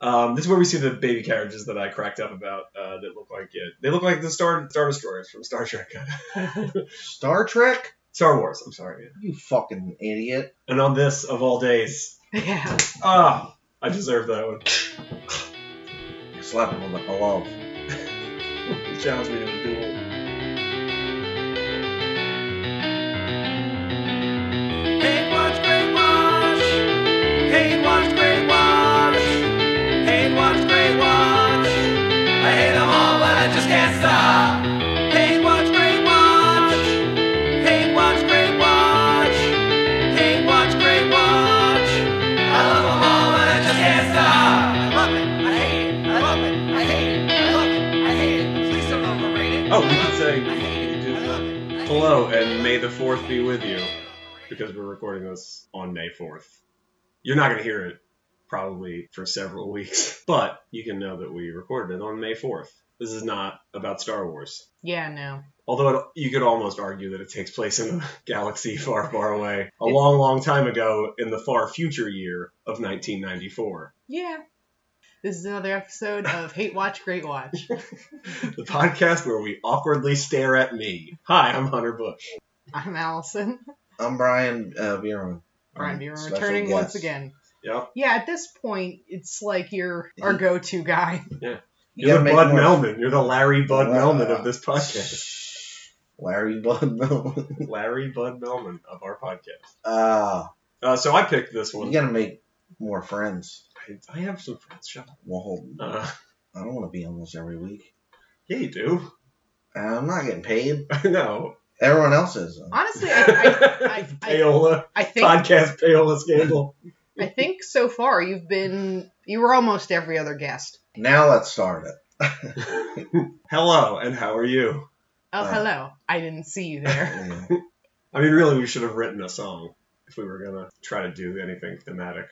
Um, this is where we see the baby carriages that I cracked up about uh, that look like it. They look like the Star Star Destroyers from Star Trek. Star Trek? Star Wars, I'm sorry. You fucking idiot. And on this, of all days, Yeah. ah, I deserve that one. You slap him on the hello. He challenged me to a duel. Hate watch, great watch. Hate watch, great watch. Hate watch, great watch. I hate 'em all, but I just can't stop. Hate watch, great watch. Hate watch, great watch. Hate watch, great watch. I love 'em all, but I just can't stop. I love it. I hate it. I love it. I hate it. I love it. I hate it. Please don't overrate it. Oh, we can I hate say it. I love it. I hate it. hello and may the 4th be with you because we're recording this on May 4th. You're not going to hear it probably for several weeks, but you can know that we recorded it on May 4th. This is not about Star Wars. Yeah, no. Although it, you could almost argue that it takes place in a galaxy far, far away, a long, long time ago in the far future year of 1994. Yeah. This is another episode of Hate Watch, Great Watch. The podcast where we awkwardly stare at me. Hi, I'm Hunter Bush. I'm Allison. I'm Brian uh, Buren. Brian, you're Special returning guest. once again. Yeah, Yeah, at this point, it's like you're our go to guy. You you're gotta the make Bud more- Melman. You're the Larry Bud Wow. Melman of this podcast. Larry Bud Melman. Larry Bud Melman of our podcast. Uh, Uh, so I picked this you one. gotta make more friends. I, I have some friends. Shut up. Well, hold on. Uh, I don't want to be on this every week. Uh, yeah, you do. I'm not getting paid. I know. Everyone else is. though. Honestly, I, I- payola I, I think podcast payola scandal. I think so far you've been you were almost every other guest. Now let's start it. Hello, and how are you? Oh, Uh. hello. I didn't see you there. Yeah. I mean, really, we should have written a song if we were gonna try to do anything thematic.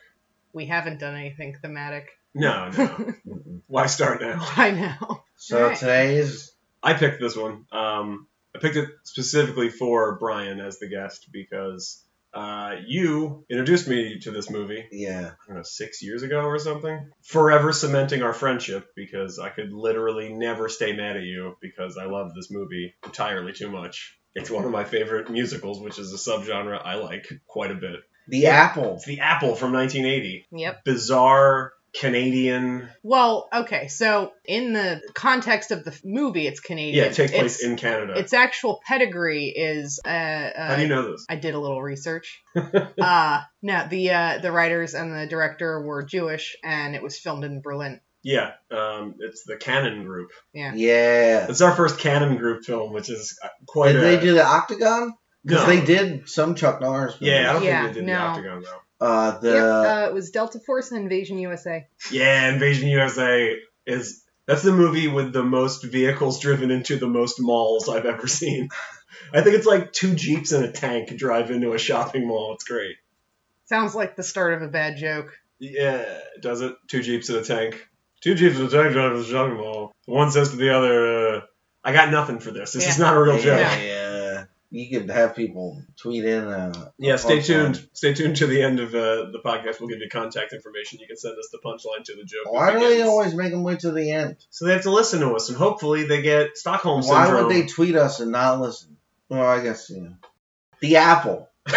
We haven't done anything thematic. No, no. Mm-mm. Why start now? I know. so Alright. today's I picked this one. Um, I picked it specifically for Brian as the guest because uh, you introduced me to this movie yeah. I don't know, six years ago or something, forever cementing our friendship because I could literally never stay mad at you because I love this movie entirely too much. It's one of my favorite musicals, which is a subgenre I like quite a bit. The Apple. It's The Apple from 1980. Yep. Bizarre Canadian. Well, okay, so in the context of the f- movie, it's Canadian. Yeah, it takes place Its- in Canada. Its actual pedigree is. Uh, uh, How do you know this? I did a little research. uh, no, the uh, the writers and the director were Jewish, and it was filmed in Berlin. Yeah, um, it's the Canon Group. Yeah. It's our first Canon Group film, which is uh, quite Did a. they do the Octagon? Because No. they did some Chuck Norris. Yeah, I don't Yeah, think they did no. the Octagon though. Uh, the Yep, uh, it was Delta Force and Invasion USA. Yeah, Invasion USA is that's the movie with the most vehicles driven into the most malls I've ever seen. I think it's like two jeeps and a tank drive into a shopping mall. It's great. Sounds like the start of a bad joke. Yeah, does it? Two jeeps and a tank. Two jeeps and a tank drive into a shopping mall. One says to the other, uh, "I got nothing for this. This is Yeah. not a real joke." Yeah. Yeah, yeah. You could have people tweet in. Uh, stay Okay. tuned. Stay tuned to the end of uh, the podcast. We'll give you contact information. You can send us the punchline to the joke. why do they Begins. always make them wait to the end? So they have to listen to us, and hopefully they get Stockholm Why syndrome. would they tweet us and not listen? Well, I guess you know. The Apple. from...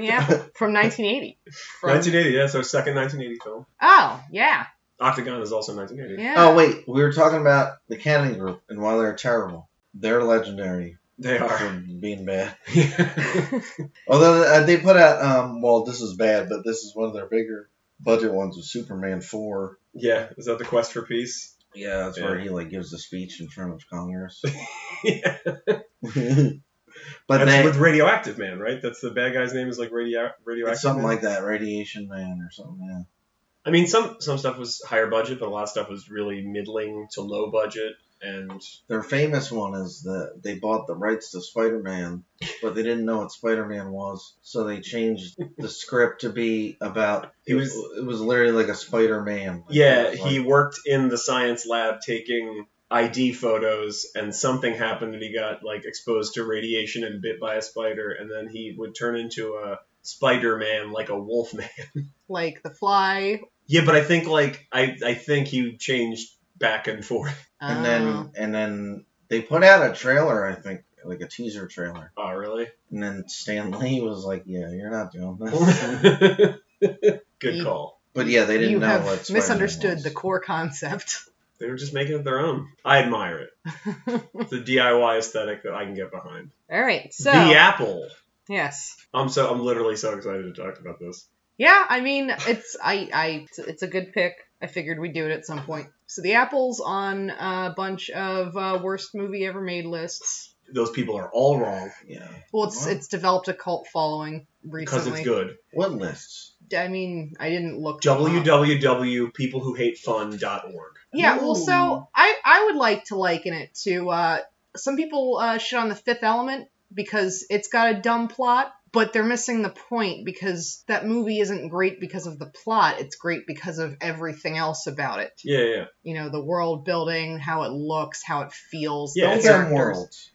Yeah, from 1980. From- 1980, that's our second 1980 film. oh, yeah, Octagon is also 1980. yeah. Oh wait, we were talking about the Cannon Group and why they're terrible. They're legendary They for are. being bad. yeah. Although uh, they put out, um, well, this is bad, but this is one of their bigger budget ones with Superman four. is that the quest for peace? Yeah, that's where Yeah. he like gives a speech in front of Congress. yeah. but That's they, with Radioactive Man, right? That's the bad guy's name is like radio- Radioactive it's something Man. like that, Radiation Man or something. Yeah. I mean, some, some stuff was higher budget, but a lot of stuff was really middling to low budget. And Their famous one is that they bought the rights to Spider Man, but they didn't know what Spider Man was, so they changed the script to be about. He was- It was literally like a Spider Man. yeah, he worked in the science lab taking ID photos, and something happened, and he got like exposed to radiation and bit by a spider, and then he would turn into a Spider Man, like a Wolf Man. Like the fly Yeah, but I think like I I think he changed back and forth. and Oh. then and then they put out a trailer, I think, like a teaser trailer. Oh, really? And then Stan Lee was like, "Yeah, you're not doing this." Good You- call. but yeah, they didn't you know have what Spider-Man misunderstood was. the core concept. They were just making it their own. I admire it. it's a DIY aesthetic that I can get behind. All right, so the apple. yes, I'm so I'm literally so excited to talk about this. yeah. I mean, it's I I it's, it's a good pick. I figured we'd do it at some point. So the apples on a bunch of uh, worst movie ever made lists. Those people are all wrong Yeah. Well, it's What? it's developed a cult following because it's recently. good. What lists? I mean, I didn't look. them up. www.peoplewhohatefun.org. Yeah, well, Ooh. so I I would like to liken it to uh, some people uh, shit on the Fifth Element because it's got a dumb plot, but they're missing the point because that movie isn't great because of the plot. It's great because of everything else about it. Yeah, yeah. You know, the world building, how it looks, how it feels. Yeah, the it's Build a- them characters. worlds.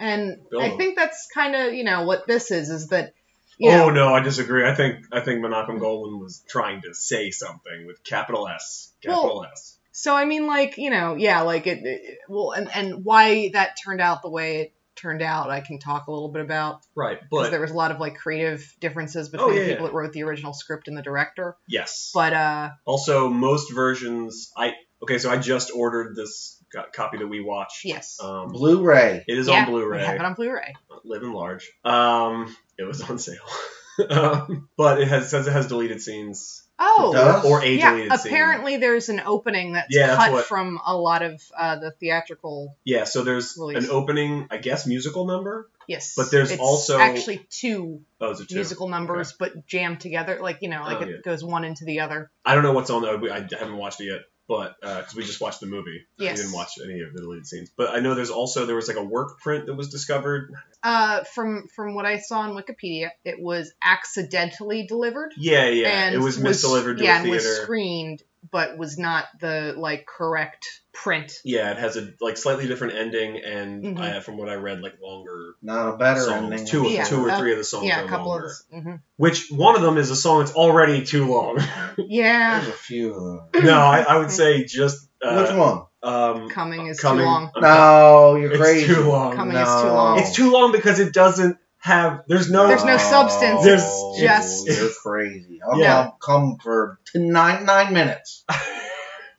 And Build I them. think that's kind of you know what this is is that you know Oh no, I disagree. I think I think Menachem Golan was trying to say something with capital S, capital S. So I mean, like you know, yeah, like it, it well, and and why that turned out the way it turned out, I can talk a little bit about Right, because but there was a lot of like creative differences Oh, between yeah, the people yeah. that wrote the original script and the director. yes. But uh, Also, most versions, I okay. So I just ordered this co- copy that we watched. yes, Um, Blu-ray. it is Yeah, on we have it Blu-ray. on Blu-ray. Living large. Um, it was on sale, um, but it has says it has deleted scenes Uh, Oh, It does? or a yeah. deleted scene. Apparently, there's an opening that's Yeah, that's cut what- from a lot of uh, the theatrical. Yeah. So there's Release. an opening, I guess, musical number. Yes, But there's it's also- actually two Oh, is it two? musical numbers, but jammed together, like you know, like Oh, it yeah. goes one into the other. I don't know what's on there. We- I haven't watched it yet, but because we just watched the movie, Yes. we didn't watch any of the deleted scenes. But I know there's also there was like a work print that was discovered. Uh, from from what I saw on Wikipedia, it was accidentally delivered. Yeah, yeah. and it was misdelivered to yeah, a and was theater. screened, but was not the like correct print. Yeah, it has a like slightly different ending, and Mhm. I, from what I read, like longer Not a better songs. ending. Two of Yeah. two or Uh, three of the songs yeah, are a couple longer. of of. mm Which one of them is a song that's already too long. Yeah, There's a few of them. no, I, I would say just Which uh, one? um, coming is coming. too long. I'm sorry. No, you're It's crazy. too long. Coming no. is too long. It's too long because it doesn't have. There's no. There's no substance. There's just- You're crazy. I'll Yeah. come, come for t- nine nine minutes.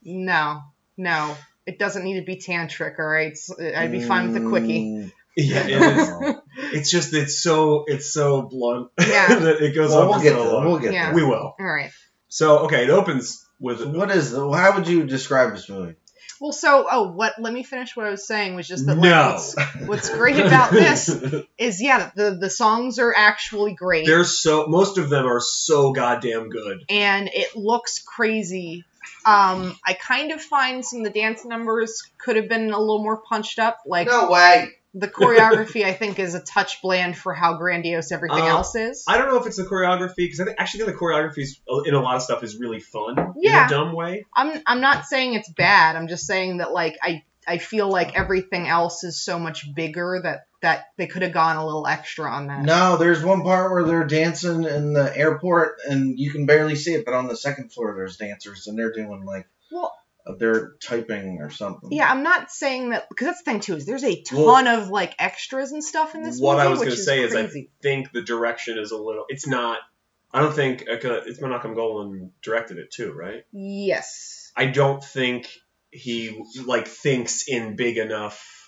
No, no, it doesn't need to be tantric. All right, It's- I'd be fine with a quickie. Mm, yeah, it is. no. It's just it's so it's so blunt Yeah. that it goes Well, on we'll for get so there. long. We'll get Yeah. there. We will. All right. So okay, it opens with So what is the, how would you describe this movie? Well, so oh, what? Let me finish what I was saying. Was just that like, no. what's, what's great about this is yeah, the the songs are actually great. They're so most of them are so goddamn good. and it looks crazy. Um, I kind of find some of the dance numbers could have been a little more punched up. Like no way. the choreography, I think, is a touch bland for how grandiose everything Uh, else is. I don't know if it's the choreography because I think actually the choreography is, in a lot of stuff is really fun in Yeah. a dumb way. I'm I'm not saying it's bad. I'm just saying that like I I feel like everything else is so much bigger that that they could have gone a little extra on that. No, there's one part where they're dancing in the airport and you can barely see it, but on the second floor there's dancers and they're doing like Well- they're typing or something. Yeah, I'm not saying that because that's the thing too is there's a Well, ton of like extras and stuff in this what movie, I was which gonna say is I- crazy. I think the direction is a little. It's not. I don't think okay, it's Menachem Golan directed it too, right? yes, I don't think he like thinks in big enough,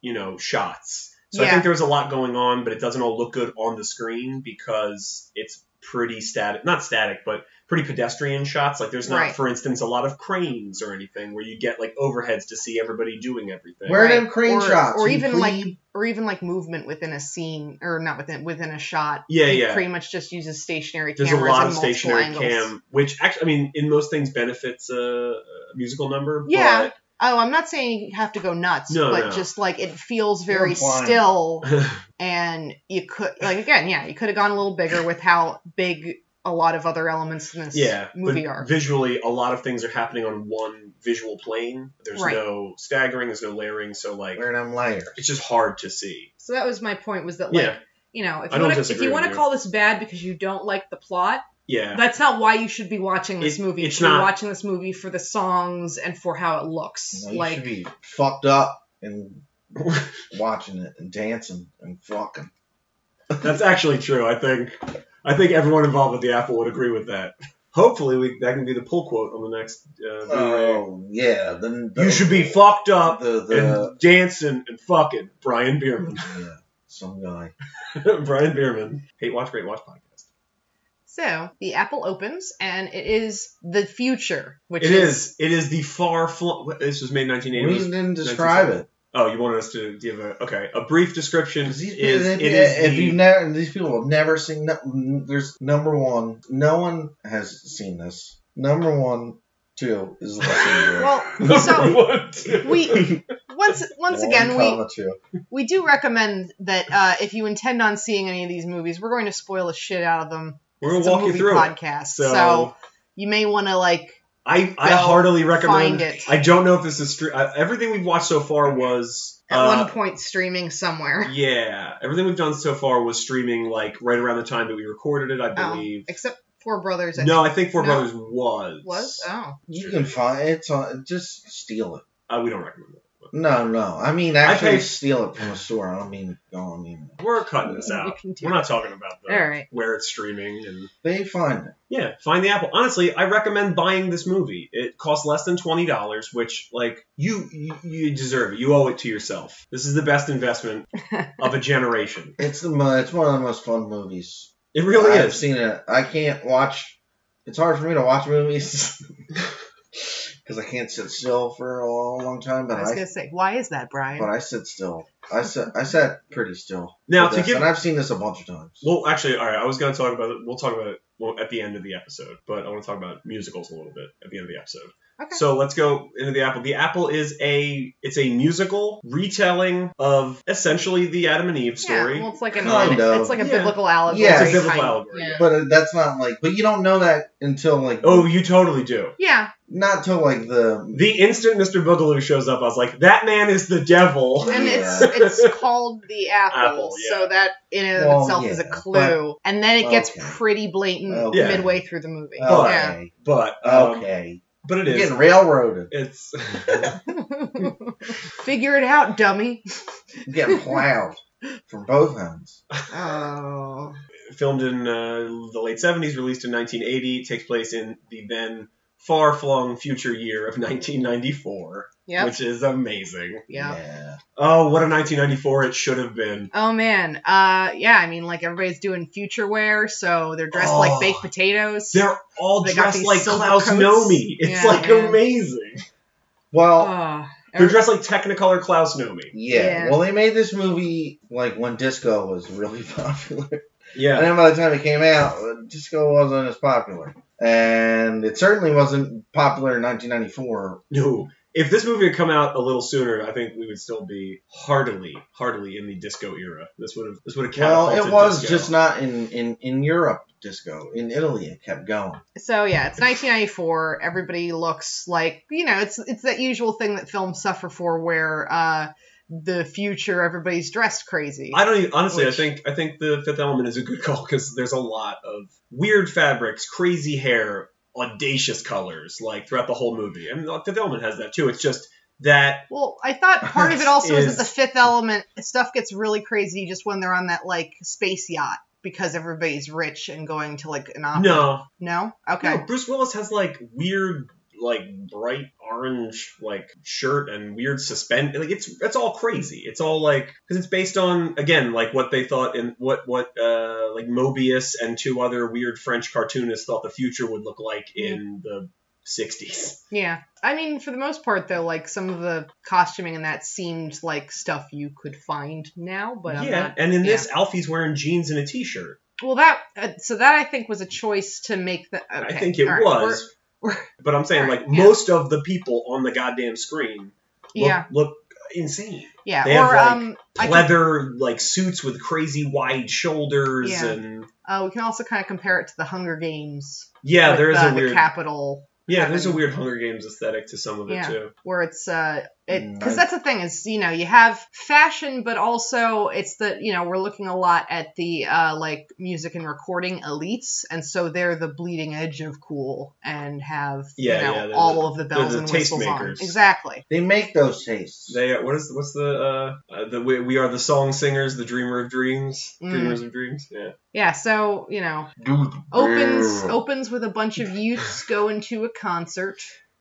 you know, shots. So I Yeah. think there was a lot going on, but it doesn't all look good on the screen because it's pretty static, not static, but pretty pedestrian shots. Like there's not, Right. for instance, a lot of cranes or anything where you get like overheads to see everybody doing everything. Where are them Right. crane Or- shots? or you even, plebe? or even like movement within a scene or not within within a shot. Yeah, It yeah. pretty much just uses stationary There's a cameras lot and of multiple stationary angles. cam, which actually, I mean, in most things benefits a a musical number. Yeah. Oh, I'm not saying you have to go nuts, No, but no. just like it feels very implying. still, But and you could like again, yeah, you could have gone a little bigger with how big a lot of other elements in this yeah, movie but are. visually, a lot of things are happening on one visual plane. There's Right. no staggering, there's no layering, so like Where them layers. it's just hard to see. So that was my point was that like yeah, you know if I don't you wanna, if disagree you with want you. to call this bad because you don't like the plot, Yeah. That's not why you should be watching this It- movie. it's You're not. watching this movie for the songs and for how it looks. You, know, you like should be fucked up and watching it and dancing and fucking. That's actually true. I think I think everyone involved with the Apple would agree with that. Hopefully, we, that can be the pull quote on the next. Uh, Blu-ray. Oh yeah, then you should be fucked up the the and dancing and fucking Brian Bierman. yeah, some guy. Brian Bierman, hate watch, great watch podcast. so, the apple opens and it is the future, which It is, is. It is the far. Fl- this was made in We 1980. It was- didn't describe it. oh, you wanted us to give a okay a brief description. 'Cause Is These, it if, is if the- you've never, and these people have never seen. No, there's number one. No one has seen this. Number one, two is the lesson. well, so we once once again we we we do recommend that uh, if you intend on seeing any of these movies, we're going to spoil the shit out of them. We're gonna It's a walk you movie through it. podcast, So, so you may want to like I, I go heartily recommend. find it. I don't know if this is true. I, everything we've watched so far was at uh, one point streaming somewhere. Yeah, everything we've done so far was streaming like right around the time that we recorded it, I Oh, believe. except Four Brothers. I no, I think Four No. Brothers was. think was oh You can find it's on. Just steal it. Uh, we don't recommend it. No, no. I mean, actually, paid- steal it from a store. I don't mean. I don't mean. We're cutting this You out. can do We're not talking about the, All right. where it's streaming and They find it. yeah. Find the Apple. Honestly, I recommend buying this movie. It costs less than twenty dollars, which like you you- you deserve it. You owe it to yourself. This is the best investment of a generation. It's the. mo- It's one of the most fun movies. It really I've is. seen it. I can't watch. It's hard for me to watch movies because I can't sit still for a long, long time. But I was I, gonna say why is that, Brian? but I sit still. I sat. I sat pretty still. Now for to this, give and I've seen this a bunch of times. Well, actually, all right. I was going to talk about it. We'll talk about it well, at the end of the episode, but I want to talk about musicals a little bit at the end of the episode. Okay. So let's go into the Apple. The Apple is a it's a musical retelling of essentially the Adam and Eve story. Yeah, well, it's like an Kind of. it's like a Yeah. biblical allegory. Yeah, it's a biblical kind of. allegory, Yeah. But uh, that's not like. But you don't know that until like. oh, you totally do. Yeah, Not till like the. The instant Mr. Boogaloo shows up, I was like, that man is the devil. and Yeah. it's it's called the apple, Apple, yeah. so that in and of Well, itself is a yeah, clue. but- and then it gets Okay. pretty blatant Okay. midway through the movie. But- yeah. Okay. But um, okay. but it You're is getting railroaded. it's Figure it out, dummy. You're getting plowed from both ends. Oh. filmed in uh, the late 70s, released in 1980, takes place in the then far flung future year of 1994, Yep. which is amazing. yeah. Yeah. Oh, what a 1994 it should have been. Oh man. Uh yeah, I mean like everybody's doing future wear, so they're dressed like Oh. baked potatoes. They're all They got dressed these like silver Klaus coats. Nomi. It's Yeah, like man. amazing. Well. Uh, They're dressed like Technicolor Klaus Nomi. Yeah. Yeah. Well, they made this movie like when disco was really popular, and Yeah. then by the time it came out, uh, disco wasn't as popular, and it certainly wasn't popular in 1994. No. If this movie had come out a little sooner, I think we would still be heartily, heartily in the disco era. This would have, this would have Well, catapulted it was disco. just not in in in Europe. Disco in Italy, it kept going. So yeah, it's 1994. Everybody looks like you know, it's it's that usual thing that films suffer for, where uh, the future everybody's dressed crazy. I don't even, honestly. I Which- think I think the Fifth Element is a good call because there's a lot of weird fabrics, crazy hair, audacious colors, like throughout the whole movie. And the Fifth Element has that too. It's just that well, I thought part of it also is, Is- that the Fifth Element stuff gets really crazy just when they're on that like space yacht because everybody's rich and going to like an opera. no, No. Okay. no. Bruce Willis has like weird, like bright orange, like shirt and weird suspend. Like it's it's all crazy. It's all like because it's based on again like what they thought in what what uh like Mobius and two other weird French cartoonists thought the future would look like in the 60s. Yeah. I mean, for the most part, though, like some of the costuming and that seemed like stuff you could find now, but I'm yeah, not and in this, Alfie's wearing jeans and a t-shirt. Well, that uh, so that I think was a choice to make the. Okay. I think it all right, was. we're- we're- but I'm saying, all like, right, yeah. most of the people on the goddamn screen we're- look, Yeah, look insane. yeah. they or have, like, um, I can, Leather, like, suits with crazy wide shoulders Yeah. and... uh, we can also kind of compare it to the Hunger Games. Yeah, with, there is uh, a weird... the capital Yeah, there's a weird Hunger Games aesthetic to some of it Yeah. too. where it's uh it Mm, because I- that's the thing is you know you have fashion but also it's the you know we're looking a lot at the uh like music and recording elites and so they're the bleeding edge of cool and have Yeah, you know yeah, they're all the- of the bells the and whistles on tastemakers. exactly They make those tastes. They uh, what is what's the uh, uh the we, we are the song singers, the dreamer of dreams, Mm. dreamers of dreams. Yeah, yeah so you know Dude, opens brr. opens with a bunch of youths going to a concert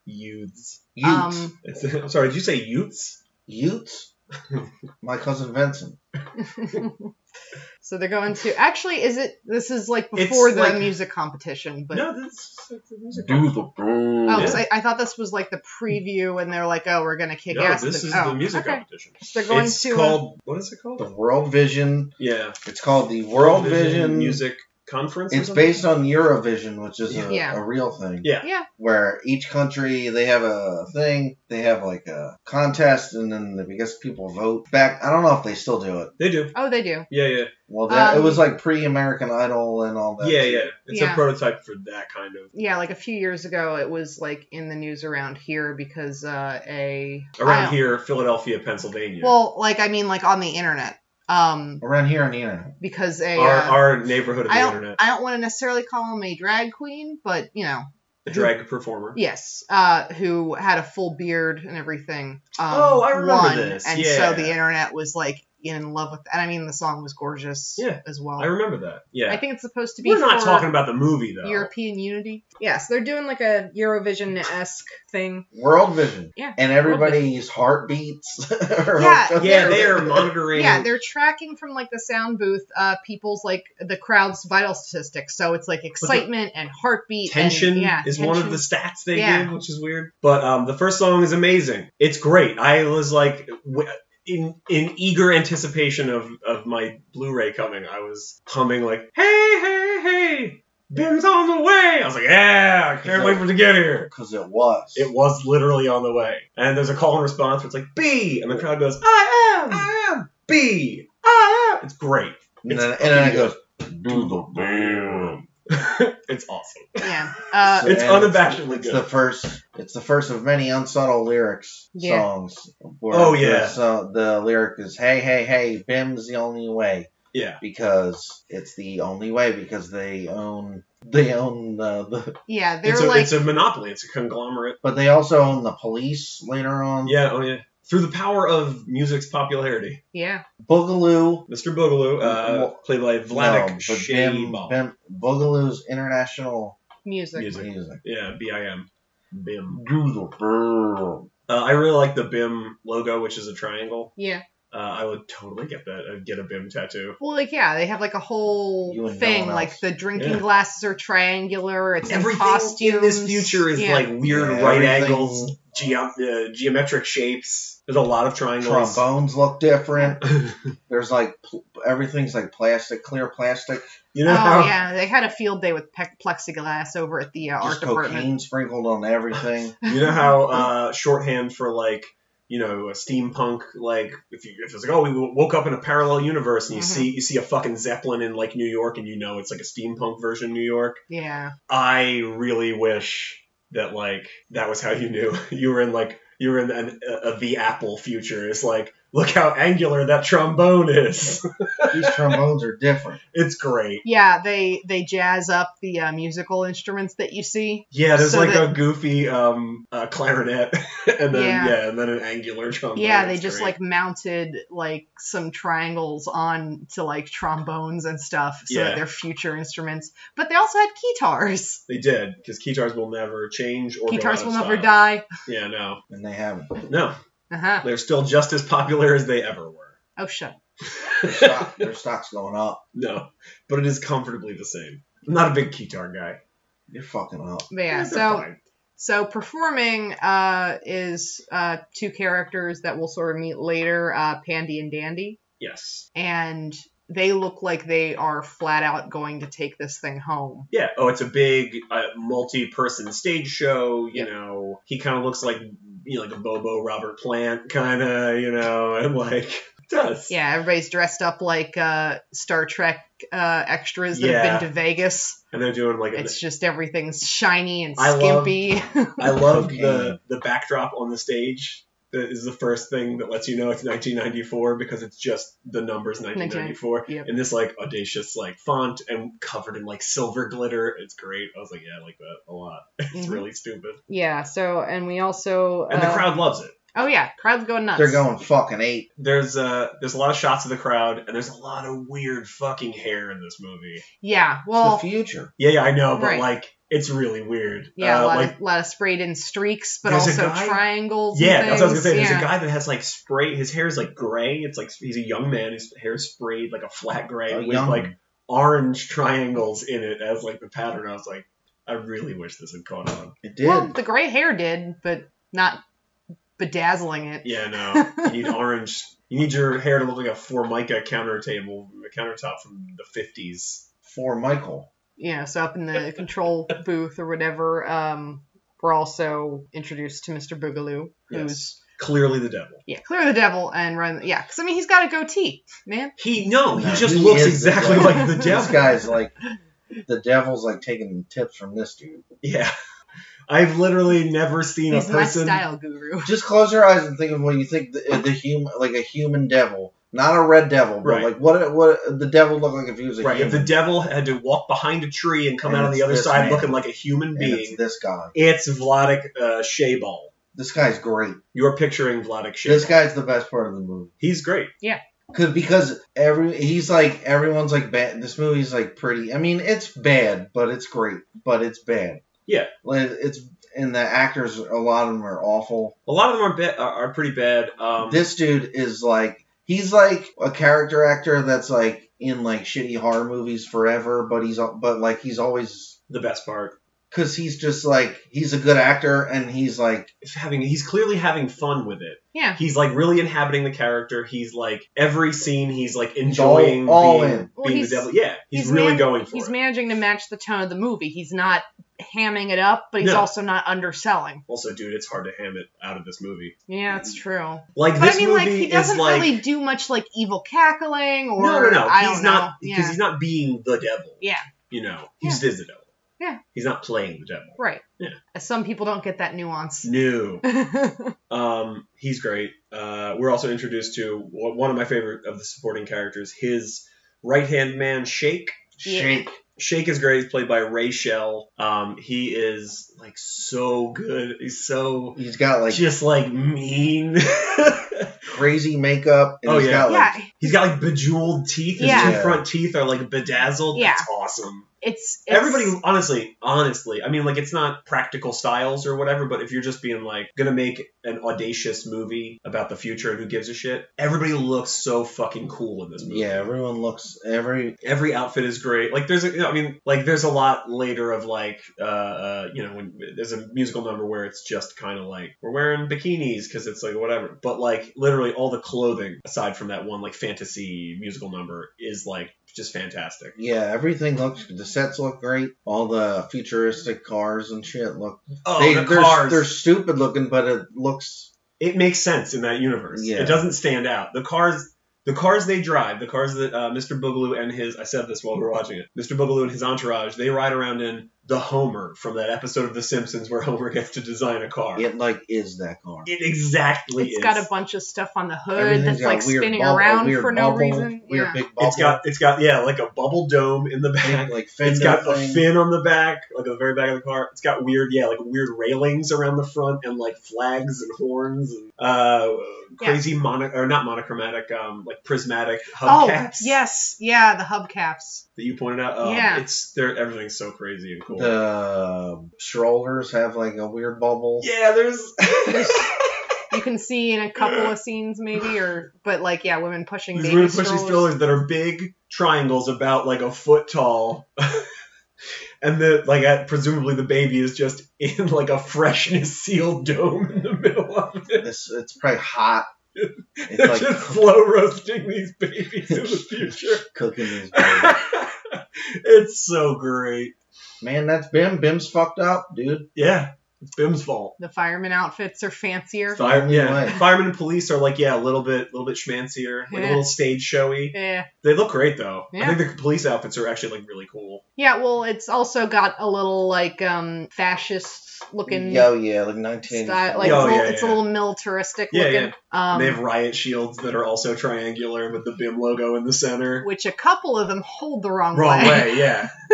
youths. Utes. um I'm sorry, did you say youths? Utes? My cousin Vincent. so they're going to actually is it this is like before the like- music competition but no, that's, that's the music. the Oh, Yeah. 'cause I, I thought this was like the preview, and they're like, "Oh, we're gonna kick No, ass." this is oh, the music okay. competition. They're going it's to a- called what is it The called? World Vision. Yeah, It's called the World Vision. music conference. or It's something? based on Eurovision, which is a, Yeah. a real thing. Yeah. Yeah. Where each country they have a thing, they have like a contest, and then I guess people vote back. I don't know if they still do it. They do. Oh, they do. Yeah, yeah, Well, that, it Um, was like pre-American Idol and all that. yeah, shit. yeah. It's Yeah. a prototype for that kind of. Yeah, like a few years ago, it was like in the news around here because uh, a I Around don't- here, Philadelphia, Pennsylvania. Well, like I mean, like on the internet, um, Around here on the internet. because a our, uh, our neighborhood of the I don't internet, I don't want to necessarily call him a drag queen, but you know, a drag performer. yes, uh, who had a full beard and everything. Um, Oh, I remember won, this, And yeah. so the internet was like in love with, and I mean, the song was gorgeous. Yeah, as well. I remember that. Yeah, I think it's supposed to be. we're not for- talking about the movie though. European unity. Yes, they're doing like a Eurovision esque thing. World Vision. Yeah, And everybody's heartbeats. are Yeah, hooked up yeah, there. they are monitoring. Yeah, they're tracking from like the sound booth uh, people's like the crowd's vital statistics. So it's like excitement and heartbeat. and- Tension yeah, is one of the tension. stats they Yeah. give, which is weird. But um, the first song is amazing. It's great. I was like, w- in in eager anticipation of of my Blu-ray coming, I was humming like, "Hey, hey, hey, Ben's on the way." I was like, "Yeah, I can't wait for it to get here." Because it was. It was literally on the way, and there's a call and response where it's like, "B," and the crowd goes, "I am, I am, B, I am." It's great. and, then, and then it goes, do the bam. it's awesome. Yeah. Uh, So- it's and unabashedly It's good. the first. It's the first of many unsubtle lyrics Yeah. songs. where Oh, the yeah. So the lyric is, "Hey, hey, hey, Bim's the only way," yeah. because it's the only way because they own they own uh, the, yeah, they're It's a, like it's a monopoly. It's a conglomerate. but they also own the police later on. Yeah. Oh yeah. Through the power of music's popularity, yeah. Boogaloo. Mr. Boogaloo, uh, Well, played by Vladek no, but Bim, Shaybom. Bim, Boogaloo's international Music. Music. music. Yeah, B I M. Bim. Do the bam. Uh, I really like the Bim logo, which is a triangle. Yeah. Uh, I would totally get that. I'd get a Bim tattoo. Well, like yeah, they have like a You whole and no thing. one like else. the drinking Yeah. glasses are triangular. It's in Everything costumes. in this future is Yeah. like weird Yeah, right everything- angles, geo- uh, geometric shapes. There's a lot of triangles. Trombones look different. There's like pl- everything's like plastic, clear plastic, you know how Oh yeah, they had a field day with pe- plexiglass over at the uh, art just department. cocaine sprinkled on everything. You know how uh, shorthand for like you know a steampunk like if you if it's like oh we w- woke up in a parallel universe and you Mhm. see you see a fucking zeppelin in like New York and you know it's like a steampunk version of New York. Yeah. I really wish that like that was how you knew you were in like you were in an, a, a the Apple future. It's like look how angular that trombone is. These trombones are different. it's great. Yeah, they they jazz up the uh, musical instruments that you see. Yeah, there's So like that- a goofy um, uh, clarinet, and then yeah. Yeah. and then an angular trombone. yeah, they It's just great. like mounted like some triangles on to like trombones and stuff, so Yeah. that they're future instruments. But they also had guitars. They did because keytars will never change or guitars go will out of never style. die. Yeah, no, And they haven't. no, Uh-huh. they're still just as popular as they ever were. Oh shut. up. Their, stock, their stock's going up. no, but it is comfortably the same. I'm not a big keytar guy. You're fucking up. But yeah, They're so fine. so performing uh is uh two characters that we'll sort of meet later, uh Pandy and Dandy, yes, and they look like they are flat out going to take this thing home. yeah. Oh, it's a big uh, multi-person stage show. You Yeah. know, he kind of looks like you know, like a Bobo Robert Plant kind of. You know, and like does. Yeah, everybody's dressed up like uh, Star Trek uh, extras that Yeah. have been to Vegas. And they're doing like a, It's just everything's shiny and I love- skimpy. I love Okay. the the backdrop on the stage. That is the first thing that lets you know it's 1994 because it's just the numbers 1994 Yep. in this like audacious like font and covered in like silver glitter. It's great. I was like, yeah, I like that a lot. It's Mhm. really stupid, Yeah. So, and we also. and the uh, crowd loves it. Oh yeah, crowd's going nuts. They're going fucking eight. There's uh there's a lot of shots of the crowd, and there's a lot of weird fucking hair in this movie. Yeah. It's Well. the future. Yeah, yeah, I know, but Right. like it's really weird. Yeah, Uh, a lot, like of, lot of sprayed in streaks, but There's a also guy- triangles. and Yeah, that's what I was gonna say. things. There's a Yeah. guy that has like spray. His hair is like gray. It's like he's a young man. His hair is sprayed like a flat gray A with young like orange triangles in it as like the pattern. I was like, I really wish this had caught on. It did. Well, the gray hair did, but not bedazzling it. Yeah, no, you need orange. You need your hair to look like a Formica counter table, a countertop from the 50s. For Michael. Yeah, so up in the control booth or whatever, um, we're also introduced to Mr. Boogaloo, who's Yes, clearly the devil. yeah, clear the devil and run. Yeah, because I mean he's got a goatee, man. He no, he No, just he looks is the exactly devil. like the This devil. guy's like, the devil's like taking tips from this dude. Yeah, I've literally never seen He's a my person. style guru. Just close your eyes and think of what you think the, the human, like a human devil, not a red devil, but Right. like what what the devil look like if he was a Right. If human. the devil had to walk behind a tree and come And out on the it's other this side man. looking like a human and being, it's this guy. it's, Vladik uh, Shaybal. This guy's great. You're picturing Vladik Shaybal. This guy's the best part of the movie. He's great. Cause, because every he's like everyone's like bad. This movie's like pretty. I mean, it's bad, but it's great. But it's bad. Yeah. Like, it's and the actors, a lot of them are awful. A lot of them are ba- are are pretty bad. Um, this dude is like he's like a character actor that's like in like shitty horror movies forever, but he's al- but like he's always the best part, because he's just like he's a good actor and he's like is having he's clearly having fun with it. Yeah. He's like really inhabiting the character. He's like every scene, he's like enjoying all being, in. being Well, the he's- devil. Yeah, he's, he's really man- going for He's it. managing to match the tone of the movie. He's not hamming it up, but he's No. also not underselling. also, dude, it's hard to ham it out of this movie. Yeah, it's true. Like But this I mean, movie like he is doesn't like really do much like evil cackling or no, no, no. I he's don't not know. because Yeah, he's not being the devil. Yeah. You know, he just is the devil. Yeah. He's not playing the devil. right. Uh, Yeah. Some people don't get that nuance. No. yeah, Um, he's great. Uh, we're also introduced to w- one of my favorite of the supporting characters, his right hand man, Shake. Yeah. shake. Shake is great. He's played by Ray Shell. Um, he is like so good. He's so He's got like just like mean. crazy makeup. And Oh, he's yeah. got like he's got like bejeweled teeth. His Yeah. two front teeth are like bedazzled. Yeah. It's awesome. it's, it's Everybody, honestly, honestly, I mean, like, it's not practical styles or whatever, but if you're just being like, gonna make an audacious movie about the future and who gives a shit, everybody looks so fucking cool in this movie. yeah. Everyone looks every Every outfit is great. Like, there's a, you know, I mean, like, there's a lot later of like, uh, uh you know, when there's a musical number where it's just kind of like, we're wearing bikinis because it's like whatever. But like, literally, all the clothing, aside from that one like fantasy musical number, is like just fantastic. Yeah, everything looks. The sets look great. All the futuristic cars and shit look. Oh, they, the they're, cars. They're stupid looking, but it looks. it makes sense in that universe. Yeah. It doesn't stand out. The cars, the cars they drive, the cars that uh, Mr. Boogaloo and his—I said this while we were watching it. Mr. Boogaloo and his entourage—they ride around in the Homer from that episode of The Simpsons where Homer gets to design a car. It like is that car. It exactly It's is. got a bunch of stuff on the hood Everything's that's got like weird spinning bubble- around weird for no bubble, reason. Weird yeah. big bubble. it's got it's got yeah like a bubble dome in the back. big, like fender It's got thing. a fin on the back, like at the very back of the car. It's got weird, yeah, like weird railings around the front and like flags and horns and uh, Yeah. crazy mono or not monochromatic, um, like prismatic oh hubcaps. yes, yeah, the hubcaps. that you pointed out. Oh, Yeah. it's they're everything's so crazy and cool. The uh, strollers have like a weird bubble. yeah, there's There's- you can see in a couple of scenes maybe, or but like yeah, women pushing these baby really pushy strollers. strollers that are big triangles about like a foot tall. And the like, I- presumably the baby is just in like a freshness sealed dome in the middle of it. This it's probably hot. They're It's just like slow roasting these babies in the future. cooking these. babies. it's so great. Man, that's Bim. Bim's fucked up, dude. Yeah, It's Bim's fault. The fireman outfits are fancier. Fire, Fireman yeah, Mike. firemen and police are like yeah, a little bit, little bit schmancier, like a Yeah. little stage showy. yeah. They look great though. Yeah. I think the police outfits are actually like really cool. Yeah, well, it's also got a little like um fascist looking Yeah, yeah, like nineteen. style. Like Oh, it's, a little, yeah, it's yeah. a little militaristic Yeah, looking. Um, they have riot shields that are also triangular with the Bim logo in the center. which a couple of them hold the wrong, Wrong way. way, yeah.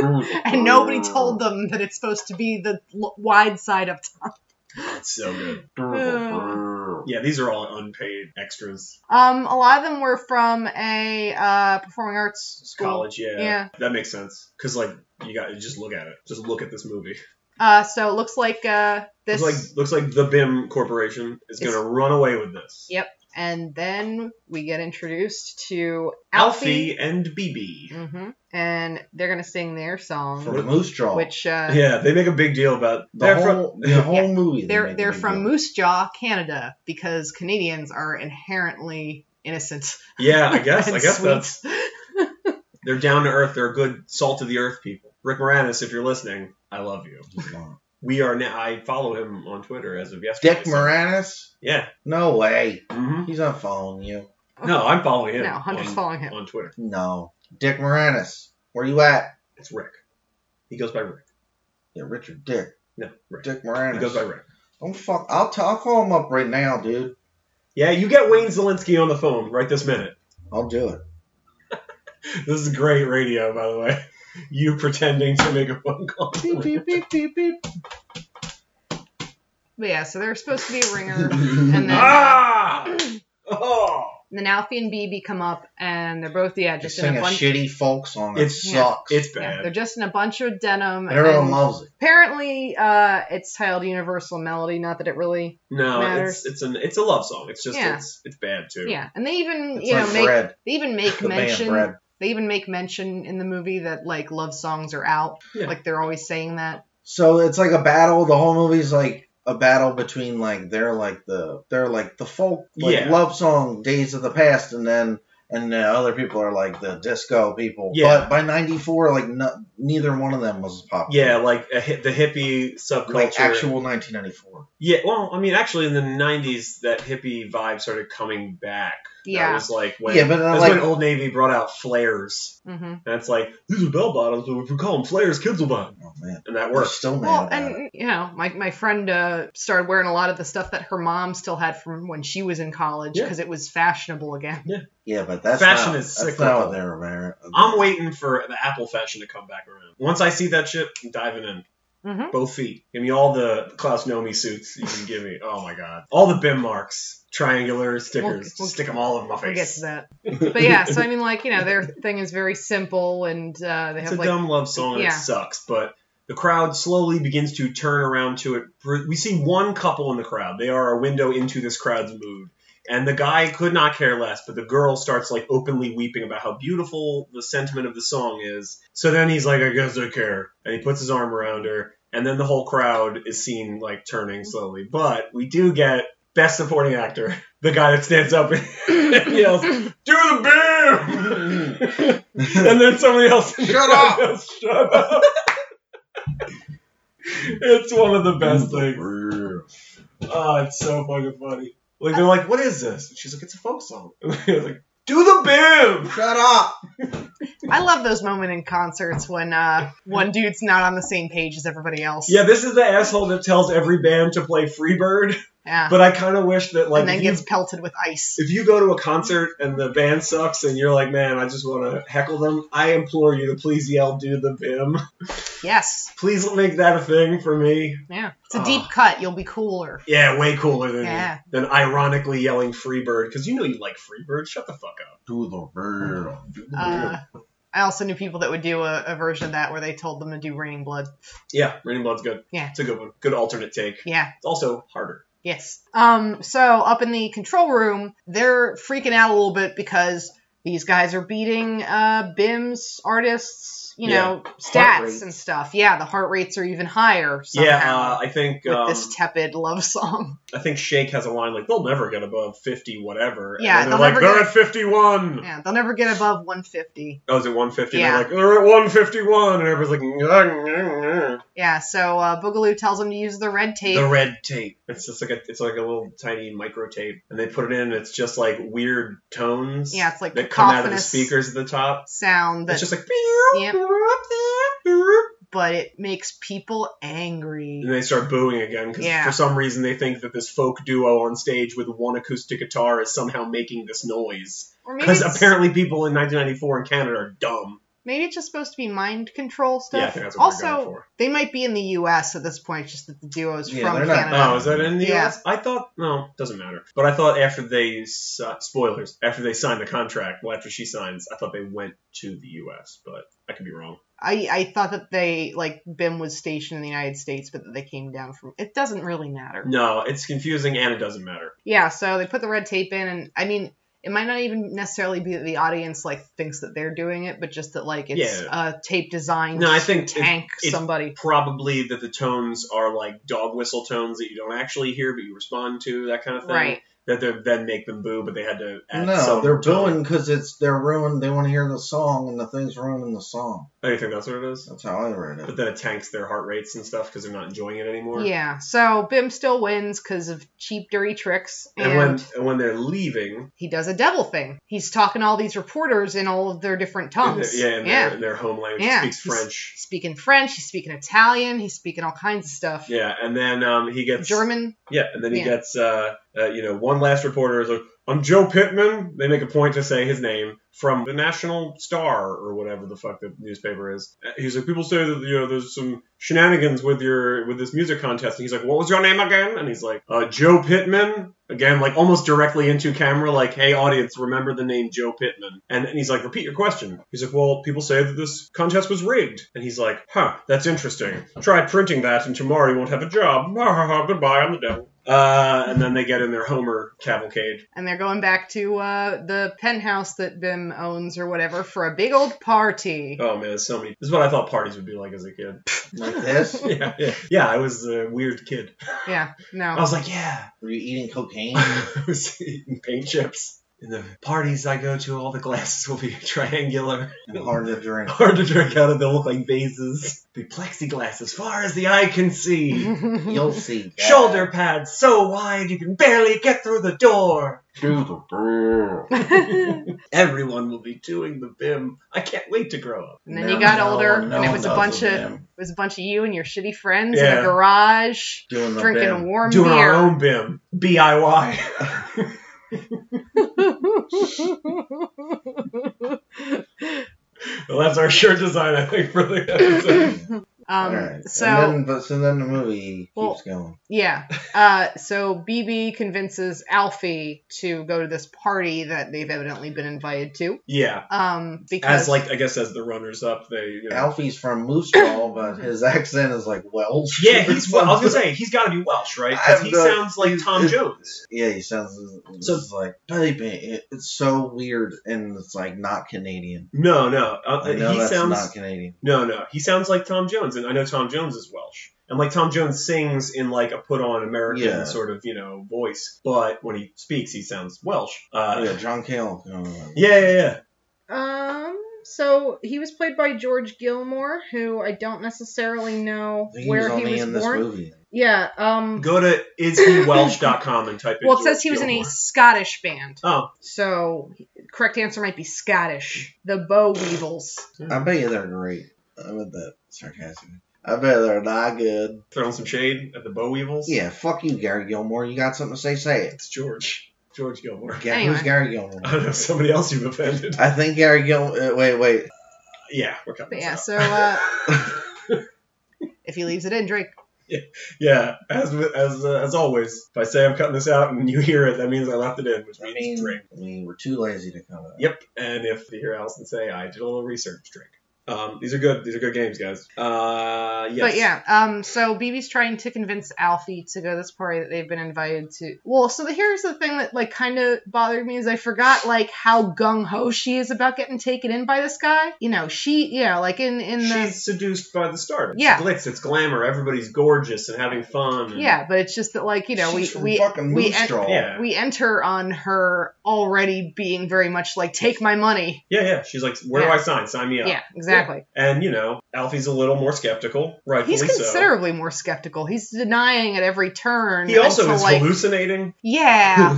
and nobody told them that it's supposed to be the l- wide side up top. It's so good. Uh. Yeah, these are all unpaid extras. Um, a lot of them were from a uh, performing arts It's school. college, yeah. Yeah. That makes sense. Because, like, you got just look at it. Just look at this movie. Uh, so it looks like uh, this, Looks like looks like the BIM Corporation is going to It's- run away with this. Yeah. and then we get introduced to Alfie Alfie, and BB. hmm and they're gonna sing their song, from Moose Jaw. which uh, Yeah, they make a big deal about the they're from whole the whole movie. they they're make a they're big from deal. Moose Jaw, Canada, because Canadians are inherently innocent. Yeah, I guess. I and guess sweet. that's they're down to earth. They're good salt of the earth people. Rick Moranis, if you're listening, I love you. We are now. I follow him on Twitter as of yesterday. Dick so- Moranis? Yeah. No way. hmm He's not following you. No, I'm following him. no, Hunter's on, following him. on Twitter. No. Dick Moranis. Where you at? It's Rick. He goes by Rick. Yeah, Richard Dick. No, Rick. Dick He goes by Moranis. Rick. I'm fuck. I'll t- I'll call him up right now, dude. Yeah, you get Wayne Zelinsky on the phone right this minute. I'll do it. This is great radio, by the way. You pretending to make a phone call. Beep beep beep beep beep. But yeah, so they're supposed to be a ringer. and then- ah! Oh! And then Alfie and BB come up, and they're both yeah, they just in sing a a bunch. shitty folk song. It It's- Yeah. sucks. It's yeah, bad. they're just in a bunch of denim. And everyone and loves it. apparently, uh, it's titled Universal Melody. Not that it really, No, matters. it's it's an it's a love song. It's just Yeah. it's it's bad too. yeah. And they even It's you know like make bread. they even make The band mention bread. they even make mention in the movie that like love songs are out. Yeah. Like they're always saying that. So it's like a battle. The whole movie's like a battle between like they're like the they're like the folk like Yeah. love song days of the past, and then and the other people are like the disco people. Yeah. But by '94, like no, neither one of them was popular. Yeah, like a, hi- the hippie subculture. like actual 1994. yeah, well, I mean, actually, in the '90s, that hippie vibe started coming back. that Yeah. was like when yeah, but uh, that's like when Old Navy brought out flares. hmm And it's like these are bell bottoms, but if we call them flares, kids will buy them, oh man, and that we're worked. still mad Well, about it. and you know, my my friend uh, started wearing a lot of the stuff that her mom still had from when she was in college Yeah. because it was fashionable again. Yeah, but that's fashion not, is that's cyclical. not what they're Amer- I'm waiting for the Apple fashion to come back around. Once I see that shit, I'm diving in. Mhm. Both feet. Give me all the Klaus Nomi suits you can give me. Oh my god. All the BIM marks, triangular stickers. Just we'll- stick them all in my face. We'll get to that. But yeah, so I mean, like you know, their thing is very simple, and uh, they It's have a like dumb love song and yeah. it sucks, but the crowd slowly begins to turn around to it. We see one couple in the crowd. They are a window into this crowd's mood. And the guy could not care less, but the girl starts like openly weeping about how beautiful the sentiment of the song is. So then he's like, I guess I care. And he puts his arm around her. And then the whole crowd is seen like Mm-hmm. turning slowly. But we do get best supporting actor, the guy that stands up and yells, Do the bear! and then somebody else in the Shut crowd up! goes, shut up it's one of the best things oh it's so fucking funny like they're like what is this and she's like it's a folk song and I was like do the bim Shut up! I love those moment in concerts when uh, one dude's not on the same page as everybody else. yeah this is the asshole that tells every band to play freebird Yeah. but i kind of wish that like and then if you, gets pelted with ice. if you go to a concert and the band sucks and you're like man i just want to heckle them i implore you to please yell do the bim Yes. please make that a thing for me Yeah. It's a Oh. deep cut. You'll be cooler. yeah way cooler than Yeah. than ironically yelling freebird because you know you like freebird shut the fuck up Do the barrel. Uh, I also knew people that would do a, a version of that where they told them to do Raining Blood. Yeah, Raining Blood's good. Yeah. It's a good one. Good alternate take. Yeah. It's also harder. Yes. Um. So up in the control room, they're freaking out a little bit because these guys are beating uh, BIM's artists, you know, rates. stats and stuff. Yeah, the heart rates are even higher. Somehow. Yeah, uh, I think with um, this tepid love song. I think Shake has a line like they'll never get above fifty whatever. Yeah, and they'll they're like never they're get- at fifty one. Yeah, they'll never get above 150. Oh, is it one fifty? Yeah. They're like they're at one fifty one, and everybody's like, "Nyeh, nyeh, nyeh." Yeah, so uh, Boogaloo tells him to use the red tape. The red tape. It's just like a, it's like a little tiny micro tape, and they put it in. and It's just like weird tones. yeah, it's like That come out of the cacophonous speakers at the top. sound that, it's just like. Yep. but it makes people angry. And they start booing again because Yeah. for some reason they think that this folk duo on stage with one acoustic guitar is somehow making this noise. Or maybe Because it's, apparently people in 1994 in Canada are dumb. maybe it's just supposed to be mind control Yeah, I stuff. think that's what also, we're going for. they might be in the U.S. at this point, just that the duo's Yeah, from they're not- Canada. Oh, is that in the uh, Yeah. US? I thought no, doesn't matter. But I thought after they s- uh, spoilers after they signed the contract, well after she signs, I thought they went to the US, but I could be wrong. I, I thought that they like Bim was stationed in the United States, but that they came down from. It doesn't really matter. No, it's confusing and it doesn't matter. Yeah, so they put the red tape in, and I mean, it might not even necessarily be that the audience like thinks that they're doing it, but just that like it's Yeah. uh, tape designed No, I to think it- tank it- somebody. Probably that the tones are like dog whistle tones that you don't actually hear but you respond to that kind of thing. Right. That they then make them boo, but they had to add No, some they're tone. booing because it's they're ruined. They want to hear the song, and the thing's ruining the song. Oh, you think that's what it is? That's how I read But it. then it tanks their heart rates and stuff because they're not enjoying it anymore. Yeah, so Bim still wins because of cheap, dirty tricks, and, And when and when they're leaving, he does a devil thing. He's talking to all these reporters in all of their different in tongues. their, yeah, in yeah. Their, their home language Yeah. speaks He's- French. He's speaking French. He's speaking Italian. He's speaking all kinds of stuff. Yeah, and then um, he gets German. Yeah, and then he Yeah. gets uh, uh, you know one last reporter is like, "I'm Joe Pittman." They make a point to say his name from the National Star or whatever the fuck the newspaper is. Uh, He's like, "People say that you know there's some shenanigans with your with this music contest," and he's like, "What was your name again?" And he's like, uh, "Joe Pittman." Again, like almost directly into camera, like, "Hey, audience, remember the name Joe Pittman." And, and he's like, "Repeat your question." He's like, "Well, people say that this contest was rigged," and he's like, "Huh, that's interesting. Try printing that, and tomorrow you won't have a job. Ha ha ha. Goodbye. I'm the devil." Uh, and then they get in their Homer cavalcade. And they're going back to uh, the penthouse that Bim owns or whatever for a big old party. Oh man, there's so many. This is what I thought parties would be like as a kid. Like this? Were yeah, yeah, yeah. I was a weird kid. Yeah, I no. was like, yeah. you eating cocaine? I was eating paint chips. In the parties I go to, all the glasses will be triangular, And hard to drink. hard to drink out of. They'll look like vases. Be plexiglass as far as the eye can Mm-hmm. see. You'll see. God. Shoulder pads so wide you can barely get through the door. Through the door. and Everyone will be doing the bim. I can't wait to grow up. then No, you got no, older, no and it was a one bunch knows of it them. was a bunch of you and your shitty friends in Yeah. a garage doing the drinking bam. warm Doing beer. our own bim. BIY. Well, that's our shirt design, I think, for the episode. um, Alright. So and then, but so then the movie Well- keeps going. Yeah. Uh, so BB convinces Alfie to go to this party that they've evidently been invited to. yeah, Um, because as like I guess as the runners up, they. You know, Alfie's from Moose Jaw, but his accent is like Welsh. yeah, or he's. Well, I was gonna something. say he's got to be Welsh, right? I Because have he no- sounds like Tom it- Jones. Yeah, he sounds So- so like baby. It, it's so weird, and it's like not Canadian. No, no, uh, I know he that's sounds. not Canadian. No, no, he sounds like Tom Jones, and I know Tom Jones is Welsh, and like Tom Jones sings in like a put-on American Yeah. sort of you know voice, but when he speaks, he sounds Welsh. yeah, Uh, John Cale. uh, yeah, yeah, yeah. um, so he was played by George Gilmore, who I don't necessarily know I think he where was only he was in this born. movie. Yeah. Um. Go to ishewelsh.com and type in. well, it says George he was in a Gilmore. Scottish band, Oh, so correct answer might be Scottish. The Bow Weevils. I bet you they're great. I bet that sarcastic. I bet they're not good. throwing some shade at the Bow Weevils. Yeah, fuck you, Gary Gilmore. You got something to say? Say it. It's George. George Gilmore. Ga- Anyway. Who's Gary Gilmore? I don't know, somebody else you've offended. I think Gary Gilmore. Wait, wait. Yeah, we're cutting this But yeah. out. So uh, if he leaves it in, Drake. Yeah, as with- as uh, as always, if I say I'm cutting this out and you hear it, that means I left it in, which I means mean, drink. we were too lazy to come up. Yep. And if you hear Allison say, I did a little research, drink. Um, these are good. These are good games, guys. Uh, yes. But yeah, um, so BB's trying to convince Alfie to go to this party that they've been invited to. Well, so the, here's the thing that like kind of bothered me is I forgot like how gung ho she is about getting taken in by this guy. You know, she, you know, like in in the She's seduced by the stardom. Yeah. It's glitz. It's glamour. Everybody's gorgeous and having fun. and- yeah, but it's just that like you know we She's from we fucking we Moose en- Jaw. Yeah. we enter on her already being very much like take my money. Yeah, yeah. She's like, where Yeah. do I sign? Sign me up. Yeah, exactly. And you know, Alfie's a little more skeptical, rightfully He's so. considerably more skeptical. He's denying at every turn. He also until, is like, hallucinating. Yeah,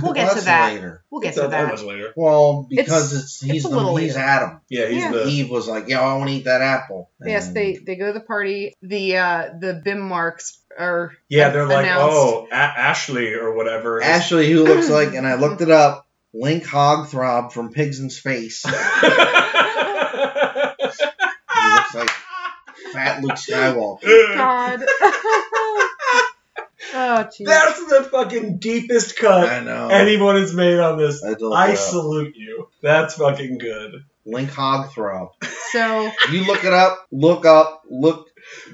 we'll Well, get to that's that. later. We'll get It's to not that that. much later. Well, because it's, it's he's a the, little he's later. Adam. Yeah, he's Yeah. the Eve was like, "Yo, I want to eat that apple." Yes, And they they go to the party. The uh the bim marks are yeah. They're like, announced. oh, a- Ashley or whatever. is- Ashley, who looks like, and I looked it up, Link Hogthrob from Pigs in Space. He looks like fat Luke Skywalker. God. oh jeez. That's the fucking deepest cut I know. anyone has made on this. I, had to look I it up. salute you. That's fucking good. Link Hogthrob. So You look it up. Look up. Look.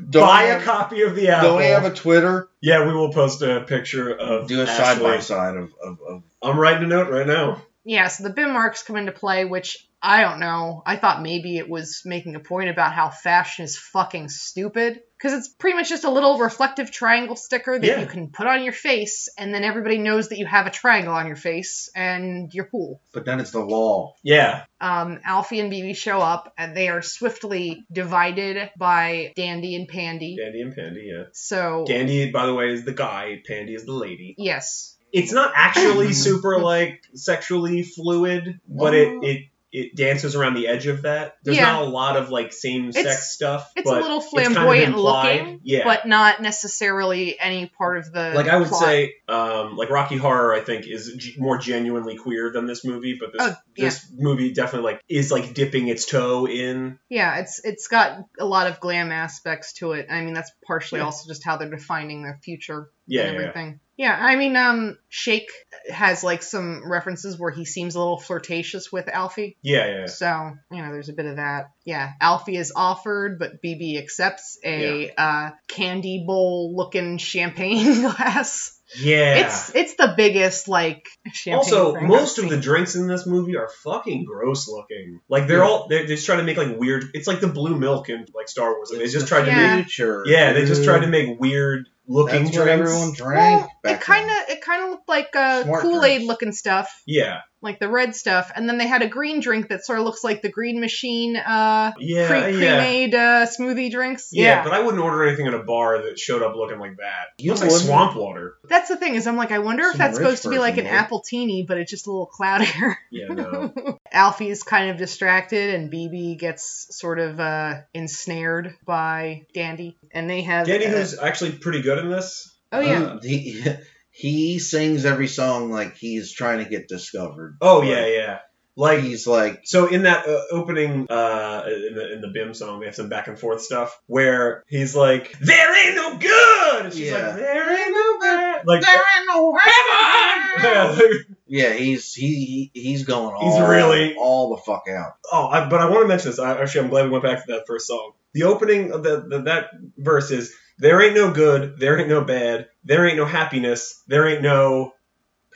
Don't Buy have, a copy of the apple. Don't we have a Twitter? yeah, we will post a picture of Do a side Ashley. by side of, of, of. I'm writing a note right now. yeah, so the bim marks come into play, which I don't know. I thought maybe it was making a point about how fashion is fucking stupid. Because it's pretty much just a little reflective triangle sticker that Yeah. you can put on your face, and then everybody knows that you have a triangle on your face, and you're cool. But then it's the law. Yeah, Um, Alfie and BB show up, and they are swiftly divided by Dandy and Pandy. Dandy and Pandy. Yeah, So, Dandy, by the way, is the guy. Pandy is the lady. yes. It's not actually super like sexually fluid, but it it it dances around the edge of that. There's Oh. Yeah. not a lot of like same sex It's- stuff. It's but a little kind of flamboyant implied. looking, Yeah. but not necessarily any part of the. like I would plot. say, um, like Rocky Horror, I think is g- more genuinely queer than this movie, but this Oh, yeah. this movie definitely like is like dipping its toe in. Yeah, it's it's got a lot of glam aspects to it. I mean, that's partially Yeah. also just how they're defining their future Yeah, yeah, and yeah. everything. Yeah, I mean, um, Shake has like some references where he seems a little flirtatious with Alfie. yeah, yeah, yeah. So, you know, there's a bit of that. Yeah, Alfie is offered, but BB accepts a uh, candy bowl looking champagne glass. Yeah. It's it's the biggest like champagne. also, thing I've most of the seen. drinks in this movie are fucking gross looking. Like they're Yeah. all they're, they're just trying to make like weird. It's like the blue milk in like Star Wars. They It's just the tried to Yeah. make future. yeah. They just dude. tried to make weird looking That's what drinks. everyone drank. well, it back kind then. of it kind of looked like uh, Smart Kool Aid drinks. looking stuff, Yeah, like the red stuff, and then they had a green drink that sort of looks like the Green Machine uh, yeah, pre- yeah. pre-made uh, smoothie drinks. Yeah, but I wouldn't order anything at a bar that showed up looking like that. It You looks like wouldn't. swamp water. that's the thing is, I'm like, I wonder if Some that's rich supposed to be like an person eh? would. apple teeny, but it's just a little cloudier. Yeah, no. Alfie's kind of distracted, and BB gets sort of uh, ensnared by Dandy, and they have Danny, uh, who's actually pretty good in this. oh yeah, Um, he, he sings every song like he's trying to get discovered. Oh Like, yeah, yeah. Like Like he's like, so in that uh, opening uh, in the in the Bim song, they have some back and forth stuff where he's like, "There ain't no good," and she's Yeah. like, "There ain't no bad." Like, there ain't no yeah, heaven. like- Yeah, he's he he- he's going all He's really- all the fuck out. oh, I, but I want to mention this. I, actually, I'm glad we went back to that first song. The opening of the, the that verse is, "There ain't no good, there ain't no bad, there ain't no happiness, there ain't no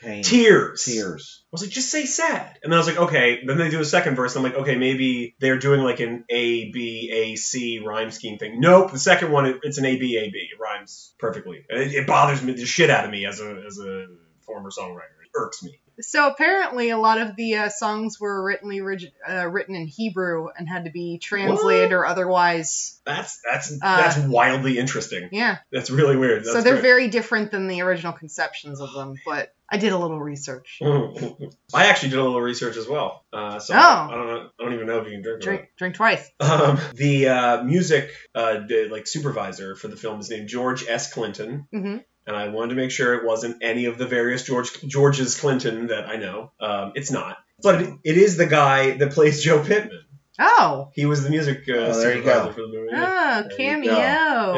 Pain. tears." Mm. Tears. I was like, just say sad. And then I was like, okay. Then they do a second verse. And I'm like, okay, maybe they're doing like an A, B, A, C rhyme scheme thing. Nope. The second one, it- it's an A, B, A, B. It rhymes perfectly. And It, it bothers me, the shit out of me as a, as a former songwriter. It irks me. So apparently, a lot of the uh, songs were written orig- uh, written in Hebrew and had to be translated or otherwise. That's, that's, that's wildly interesting. Yeah, That's really weird. That's Uh, so they're great. very different than the original conceptions of them. But I did a little research. I actually did a little research as well. Uh, so Oh. I don't know. I don't even know if you can drink. or not. Drink, drink twice. Um, the uh, music uh, the, like supervisor for the film is named George S. Clinton. hmm and I wanted to make sure it wasn't any of the various George George's Clinton that I know. Um, it's not, but it, it is the guy that plays Joe Pittman. Oh, He was the music uh, Oh, there you supervisor go. for the movie. oh, There you cameo. go.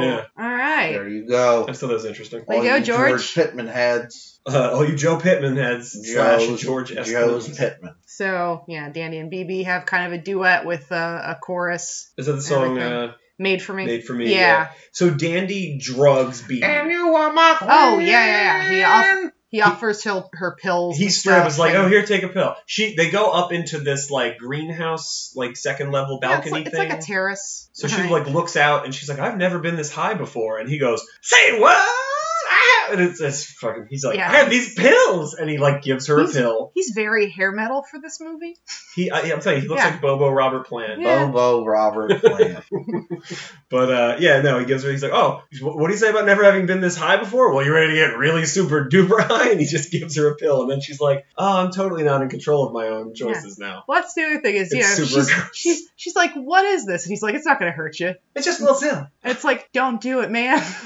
Yeah. All right. There you go. I just thought that was interesting. There you go, you George. Pittman heads. Uh, all you Joe Pittman heads slash Joe's- George S. Joe's Clinton. Pittman. So yeah, Dandy and BB have kind of a duet with uh, a chorus Is that the song Everything. uh, made for me. made for me? Yeah. So Dandy drugs B. you are my Oh, yeah, yeah, yeah. He off- He offers her, her pills. He and straight up stuff, is like, and- "Oh, here, take a pill." She, they go up into this like greenhouse, like second level Yeah, it's, balcony like, it's thing. like a terrace. So she Right. like looks out and she's like, I've never been this high before. And he goes, Say what? I and it's, it's fucking. He's like, Yeah. I have these pills, and he like gives her He's- a pill. He's very hair metal for this movie. He, I, I'm saying, he looks Yeah. like Bobo Robert Plant. Yeah. Bobo Robert Plant. But uh, yeah, no, he gives her. He's like, oh, he's, what, what do you say about never having been this high before? Well, you're ready to get really super duper high, and he just gives her a pill, and then she's like, oh, I'm totally not in control of my own choices now. Well, that's the other thing is, It's yeah, super she's, gross. she's she's like, what is this? And he's like, it's not gonna hurt you. It's just a little pill. And it's like, don't do it, man.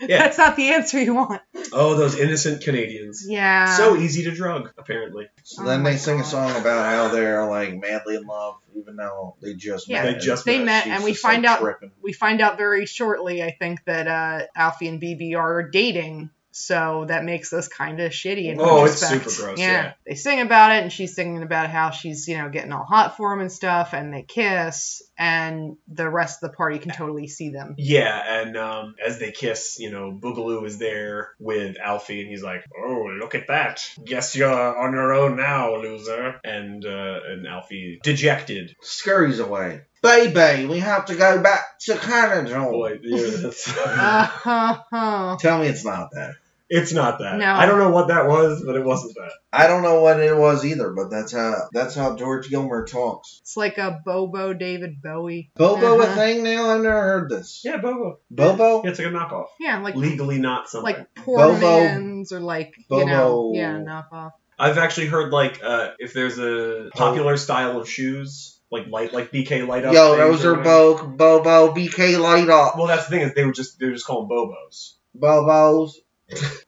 Yeah. that's not the answer you want. Oh, those innocent Canadians. Yeah. so easy to drug, apparently. So Oh then my they sing a God. song about how they're like madly in love, even though they just Yeah. met. They just They met. met, She's and we just, find like, out tripping. we find out very shortly, I think, that uh, Alfie and BB are dating. So that makes us kind of shitty. In Oh, it's retrospect. super gross, yeah. They sing about it, and she's singing about how she's, you know, getting all hot for him and stuff, and they kiss, and the rest of the party can totally see them. Yeah, and um, as they kiss, you know, Boogaloo is there with Alfie, and he's like, "Oh, look at that! Guess you're on your own now, loser." And uh, and Alfie, dejected, Scurries away. Baby, we have to go back to Canada. boy, Oh, yeah, that's- Uh-huh. Tell me it's not that. it's not that. No. I don't know what that was, but it wasn't that. I don't know what it was either, but that's how that's how George Gilmer talks. It's like a Bobo David Bowie. Bobo a Uh-huh. thing now? I've never heard this. Yeah, Bobo. Bobo? Yeah, it's like a knockoff. Yeah, like Legally not something. like poor Bobo- man's or like you know Bobo- yeah knockoff. I've actually heard like uh, if there's a popular style of shoes, like light, like BK light up. Yo, things those or are whatever. Bo Bobo BK light up. Well, that's the thing is they were just they're just called Bobos. Bobos.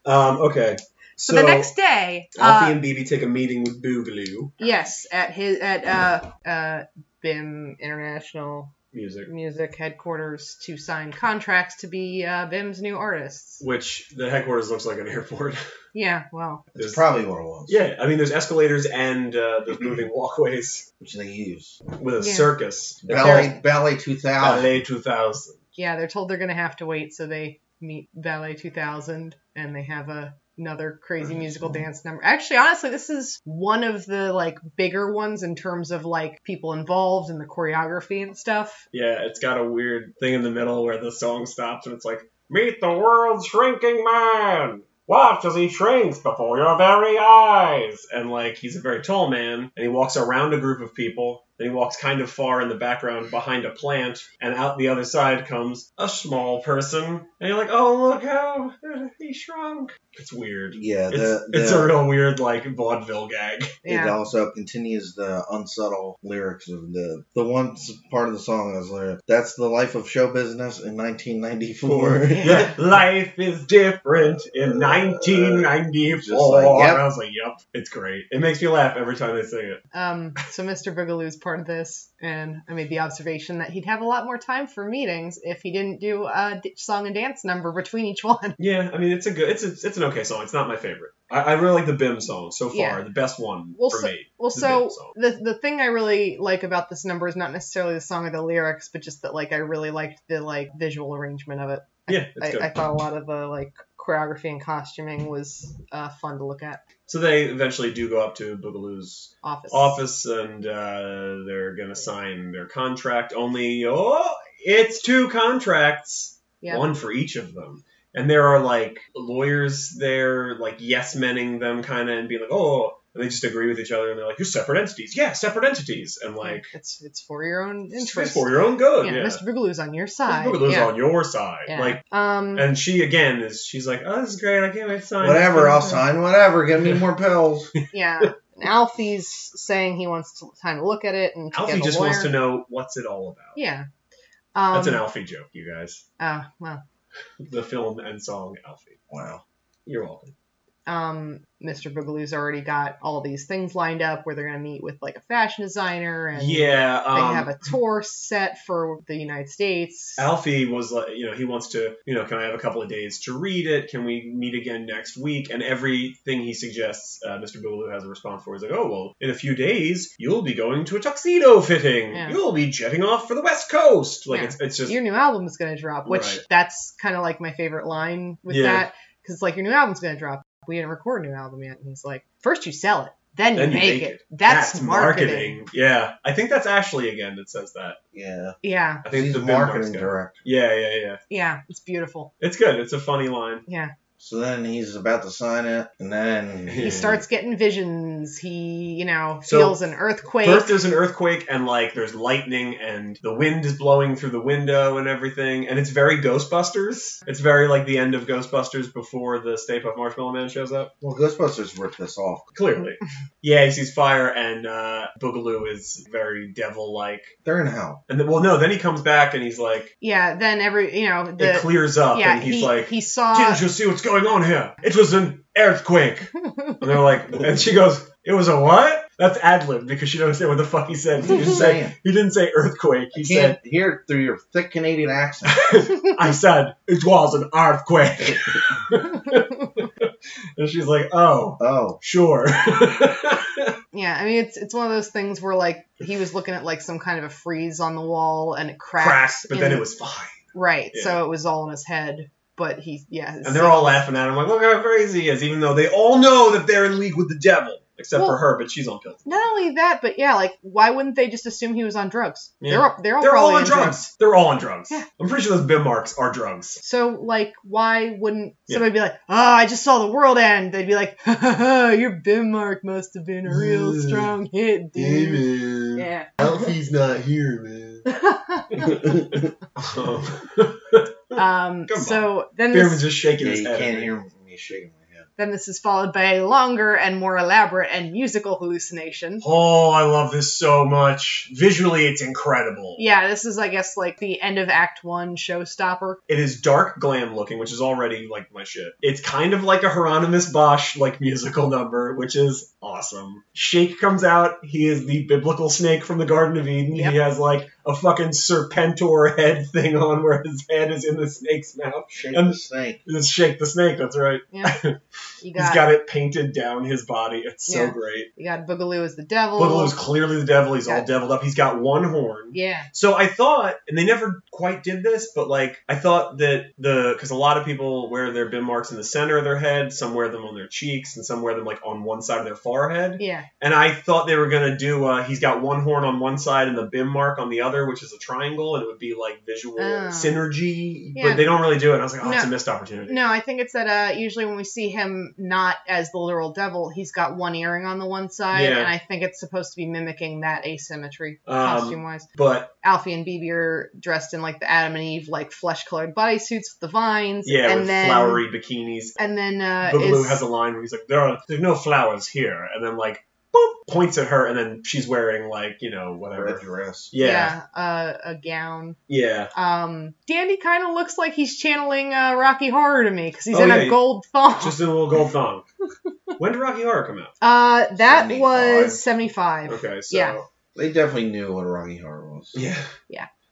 Um, okay. So, the next day, uh, Alfie and BB take a meeting with Boogaloo yes, at his at uh uh BIM International music, Music headquarters to sign contracts to be uh, BIM's new artists. which the headquarters looks like an airport. Yeah, well, That's There's- probably what it was. yeah, I mean, there's escalators and uh, there's moving walkways Which they use. with a Yeah. circus. They're called Ballet Ballet two thousand. Ballet 2000. yeah, they're told they're gonna have to wait, so they meet Ballet 2000 and they have a another crazy musical dance number. Actually, honestly, this is one of the like bigger ones in terms of like people involved and the choreography and stuff. Yeah, it's got a weird thing in the middle where the song stops and it's like, Meet the world's shrinking man! Watch as he shrinks before your very eyes! And like, he's a very tall man, and he walks around a group of people, then he walks kind of far in the background behind a plant, and out the other side comes a small person, and you're like, Oh, look how he shrunk! It's weird. Yeah, It's, the, the, it's a real weird, like, vaudeville gag. It Yeah. also continues the unsubtle lyrics of the the one s- part of the song is lyric. That's the life of show business in 1994. Yeah. Life is different in 1994. Just like, yep. I was like, yep, it's great. It makes me laugh every time they sing it. Um, so Mr. Boogaloo's part of this, and I made the observation that he'd have a lot more time for meetings if he didn't do a d- song and dance number between each one. Yeah, I mean, it's a good, it's a, it's an okay song. It's not my favorite. I, I really like the Bim song so far, Yeah. the best one Well, for so- me. Well, It's a so big song. the the thing I really like about this number is not necessarily the song or the lyrics, but just that like I really liked the like visual arrangement of it. Yeah, it's good. I, I thought a lot of the like choreography and costuming was uh, fun to look at. so they eventually do go up to Boogaloo's Office. office, and uh, they're gonna sign their contract. Only, oh, it's two contracts. Yeah. one for each of them. And there are like lawyers there, like yes menning them kind of, and being like, oh, and they just agree with each other, and they're like, you're separate entities. Yeah, separate entities. And like, it's it's for your own it's interest. for your own good. Yeah. Mr. Boogaloo's on your side. Look at those yeah. on your side. yeah. Like, um, and she again is, she's like, oh, this is great. I can't wait to sign. whatever, I'll sign whatever. Give me more pills. Yeah. And Alfie's saying he wants to, time to look at it and to Alfie get a just wants lawyer. to know what's it all about. Yeah. Um, That's an Alfie joke, you guys. Oh well. The film and song Alfie. Wow. You're welcome. Um, Mr. Boogaloo's already got all these things lined up where they're gonna meet with like a fashion designer and Yeah. they Um, have a tour set for the United States. Alfie was like, you know, he wants to, you know, can I have a couple of days to read it? Can we meet again next week? And everything he suggests, uh, Mr. Boogaloo has a response for. He's like, oh, well, in a few days, you'll be going to a tuxedo fitting. Yeah. You'll be jetting off for the West Coast. Like, Yeah. it's, it's just, your new album is gonna drop, which Right. that's kind of like my favorite line with Yeah. that because like your new album's gonna drop. We didn't record a new album yet, and he's like, first you sell it, then, you make, it. That's, marketing. Yeah. I think that's Ashley again that says that. Yeah. Yeah, I think He's the a Vidmark's marketing guy. director. Yeah, yeah, yeah. yeah, it's beautiful. It's good. It's a funny line. Yeah. So then he's about to sign it, and then He starts getting visions. He, you know, So, feels an earthquake. First, there's an earthquake, and like there's lightning, and the wind is blowing through the window and everything, and it's very Ghostbusters. It's very like the end of Ghostbusters before the Stay Puft Marshmallow Man shows up. well, Ghostbusters ripped this off. Clearly, yeah, he sees fire, and uh, Boogaloo is very devil-like. They're in hell. And then, well, no, then he comes back, and he's like, yeah, then every, you know, the. it clears up, yeah, and he's he, like, he saw. Didn't you see what's going on here? It was an earthquake. and they're like, and she goes, it was a what? That's ad lib because she don't understand what the fuck he said. He just said Saying. he didn't say earthquake. He You said can't hear it through your thick Canadian accent. I said it was an earthquake. and she's like, oh, Oh, sure. Yeah, I mean, it's it's one of those things where like he was looking at like some kind of a freeze on the wall and it cracked. Cracked, but then in- it was fine. right. yeah. So it was all in his head, but he yeah. And they're all laughing at him like, look how crazy he is, even though they all know that they're in league with the devil. Except for Well- her, but she's on pills. Not only that, but yeah, like why wouldn't they just assume he was on drugs? Yeah. They're all, they're all They're all probably on drugs. They're all on drugs. Yeah. I'm pretty sure those bim marks are drugs. So like, why wouldn't Yeah. somebody be like, "Oh, I just saw the world end"? They'd be like, ha, ha, ha, "Your bim mark must have been a real Mm. strong hit, man. dude." Yeah. Alfie's not here, man. Um. Come so then this Beerman's just shaking yeah, his you head. can't hear me shaking my head. then this is followed by a longer and more elaborate and musical hallucination. Oh, I love this so much. Visually, it's incredible. Yeah, this is, I guess, like the end of Act One showstopper. It is dark glam looking, which is already like my shit. It's kind of like a Hieronymus Bosch like musical number, which is awesome. Sheik comes out. He is the biblical snake from the Garden of Eden. Yep. He has like a fucking serpentor head thing on where his head is in the snake's mouth. Shake And- the snake. It's Shake the Snake, that's right. You He's got, got it painted down his body. It's so Yeah. great. you got Boogaloo as the devil. Boogaloo's clearly the devil. He's all Yeah. deviled up. He's got one horn. yeah, So I thought, and they never quite did this, but like I thought that the because a lot of people wear their bim marks in the center of their head, some wear them on their cheeks, and some wear them like on one side of their forehead. yeah, And I thought they were gonna do uh, he's got one horn on one side and the bim mark on the other, which is a triangle, and it would be like visual Oh. synergy. Yeah. But they don't really do it. And I was like, oh, it's a No. missed opportunity. no, I think it's that uh, usually when we see him not as the literal devil, he's got one earring on the one side, Yeah. and I think it's supposed to be mimicking that asymmetry Um, costume wise. But Alfie and Bebe are dressed in like the Adam and Eve like flesh colored bodysuits with the vines, yeah, and with then flowery bikinis. and then uh, Boogaloo is- has a line where he's like, there are there's no flowers here, and then like. Boop, points at her, and then she's wearing like you know whatever. Red dress. yeah, yeah uh, a gown. yeah. Um, Dandy kind of looks like he's channeling uh, Rocky Horror to me because he's Oh, in yeah, a yeah. gold thong. Just in a little gold thong. when did Rocky Horror come out? uh, that 75. was seventy-five. Okay, so Yeah. They definitely knew what Rocky Horror was. yeah,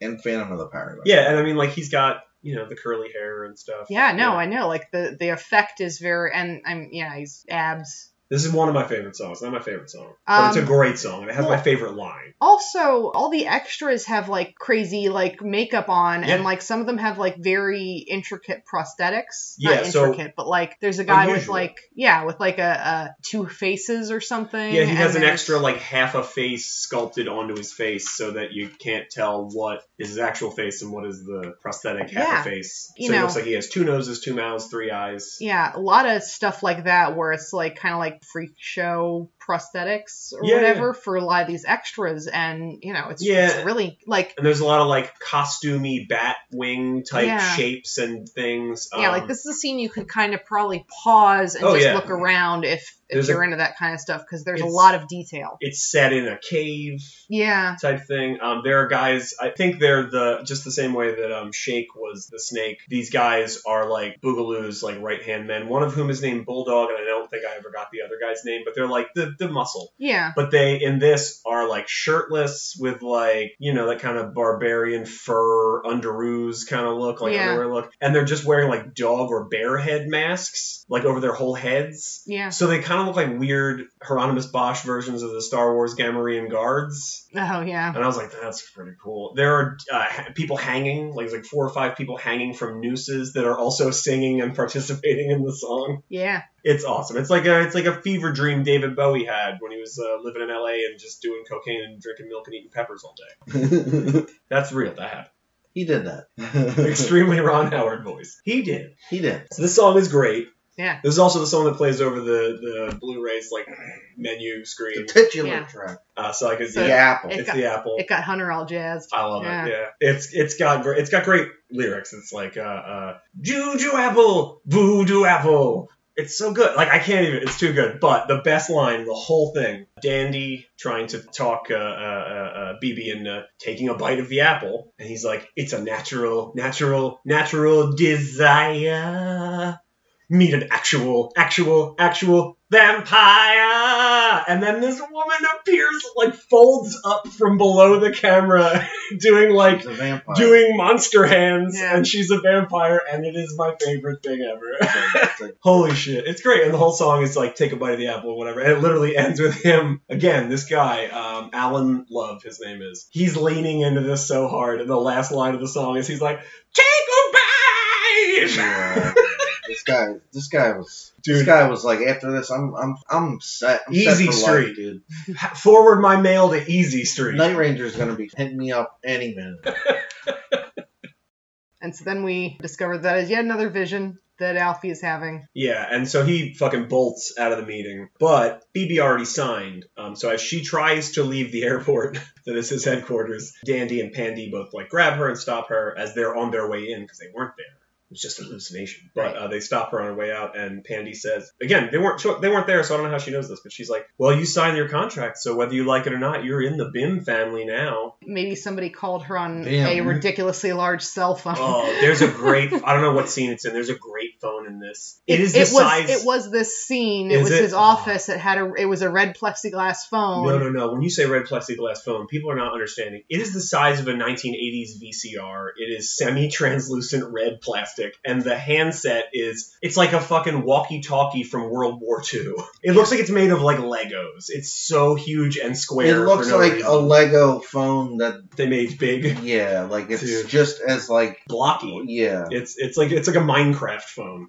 And Phantom of the Paradise. yeah, and I mean like he's got you know the curly hair and stuff. Yeah, no, Yeah. I know. Like the the effect is very, and I'm yeah, he's abs. This is one of my favorite songs. Not my favorite song, but Um, it's a great song, and it has well- my favorite line. Also, all the extras have like crazy like makeup on, Yeah. and like some of them have like very intricate prosthetics. Yeah, Not so- intricate, but like there's a guy with Unusual. like yeah, with like a, a two faces or something. Yeah, he has and an there's- extra like half a face sculpted onto his face so that you can't tell what is his actual face and what is the prosthetic half Yeah. a face. So You he know. looks like he has two noses, two mouths, three eyes. Yeah, a lot of stuff like that where it's like kind of like freak show prosthetics or Yeah, whatever for a lot of these extras, and you know it's, Yeah. it's really like And there's a lot of like costumey bat wing type Yeah. shapes and things. yeah, Um, like this is a scene you could kind of probably pause and Oh, just yeah. look around if if There's a- you're into that kind of stuff because there's a It's- lot of detail. It's set in a cave. Yeah, type thing. Um, there are guys. I think they're the just the same way that um, Shake was the snake. These guys are like Boogaloo's like right hand men. One of whom is named Bulldog, and I don't think I ever got the other guy's name. But they're like the the muscle. yeah, But they in this are like shirtless with like you know that kind of barbarian fur underoos kind of look, like Yeah. underwear look, and they're just wearing like dog or bear head masks like over their whole heads. yeah. So they kind of look like weird Hieronymus Bosch versions of the Star Wars Gamorrean guards. Oh yeah. And I was like, that's pretty cool. There are uh, ha- people hanging, like, there's like four or five people hanging from nooses that are also singing and participating in the song. Yeah. It's awesome. It's like a it's like a fever dream David Bowie had when he was uh, living in L.A. and just doing cocaine and drinking milk and eating peppers all day. That's real. That happened. he did that. Extremely Ron Howard voice. He did. He did. So this song is great. Yeah. This is also the song that plays over the, the Blu-ray's like menu The screen. titular Yeah. track. Uh, so like it's So- the yeah, apple. it's got- the apple. It got Hunter all jazzed. I love Yeah. it. Yeah, it's it's got great it's got great lyrics. It's like uh, uh juju apple, voodoo apple. It's so good. Like I can't even. It's too good. But the best line, the whole thing, Dandy trying to talk uh, uh, uh, uh, BB into taking a bite of the apple, and he's like, "It's a natural, natural, natural desire." Meet an actual, actual, actual vampire, and then this woman appears, like folds up from below the camera, doing like It's a vampire. doing monster hands, Yeah. and she's a vampire, and it is my favorite thing ever. It's a- Holy shit, it's great, and the whole song is like "Take a bite of the apple" or whatever, and it literally ends with him again. This guy, um, Alan Love, his name is. He's leaning into this so hard, and the last line of the song is he's like, "Take a bite." yeah. This guy, this guy was, this Dude. guy was like, after this, I'm, I'm, I'm set. I'm set Easy for street. life, dude. Forward my mail to Easy Street. Night Ranger's gonna be hitting me up any minute. And so then we discovered that is yet another vision that Alfie is having. Yeah, and so he fucking bolts out of the meeting. But BB already signed. Um, so as she tries to leave the airport that is his headquarters, Dandy and Pandy both like grab her and stop her as they're on their way in because they weren't there. It was just a hallucination. But uh, they stop her on her way out, and Pandy says, "Again, they weren't they weren't there, so I don't know how she knows this, but she's like, well, you signed your contract, so whether you like it or not, you're in the BIM family now.'" Maybe somebody called her on Damn. a ridiculously large cell phone. Oh, there's a great. I don't know what scene it's in. There's a great phone in this. It is the it was size. it was this scene. It Is was it? Oh. his office. It had a it was a red plexiglass phone. No, no, no. When you say red plexiglass phone, people are not understanding. It is the size of a 1980s VCR. It is semi-translucent red plastic, and the handset is it's like a fucking walkie-talkie from World War II. It looks like it's made of like Legos. It's so huge and It square. looks for no like reason. a Lego phone that, they made big, yeah, like it's Dude. just as like, blocky. Oh, yeah. It's it's like it's like a Minecraft phone.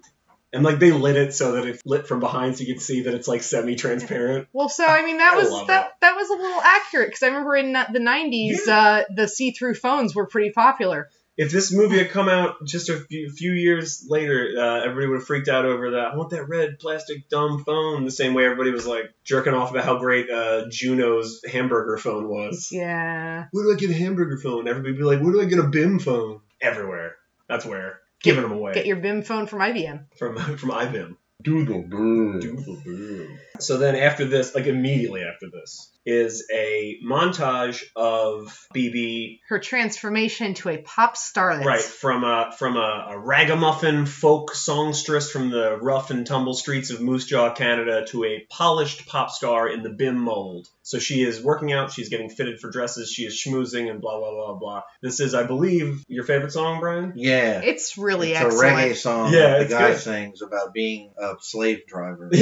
And like they lit it so that it's lit from behind, so you can see that it's like semi-transparent. Well, so I mean that I was love that it. that was a little accurate because I remember in the '90s uh, the see-through phones were pretty popular. if this movie had come out just a few, few years later, uh, everybody would have freaked out over that. I want that red plastic dumb phone. The same way everybody was like jerking off about how great uh, Juno's hamburger phone was. Yeah. Where do I get a hamburger phone? Everybody would be like, where do I get a BIM phone? Everywhere. That's where. Giving them away Get your BIM phone from IBM. from from IBM. Doodle bird. So then after this, like immediately after this, is a montage of BB Her transformation to a pop starlet. Right, from a from a, a ragamuffin folk songstress from the rough and tumble streets of Moose Jaw, Canada, to a polished pop star in the BIM mold. So she is working out, she's getting fitted for dresses, she is schmoozing, and blah blah blah blah. This is, I believe, your favorite song, Brian. Yeah. It's really it's excellent. a reggae song Yeah, that it's the guy good. sings about being a slave driver.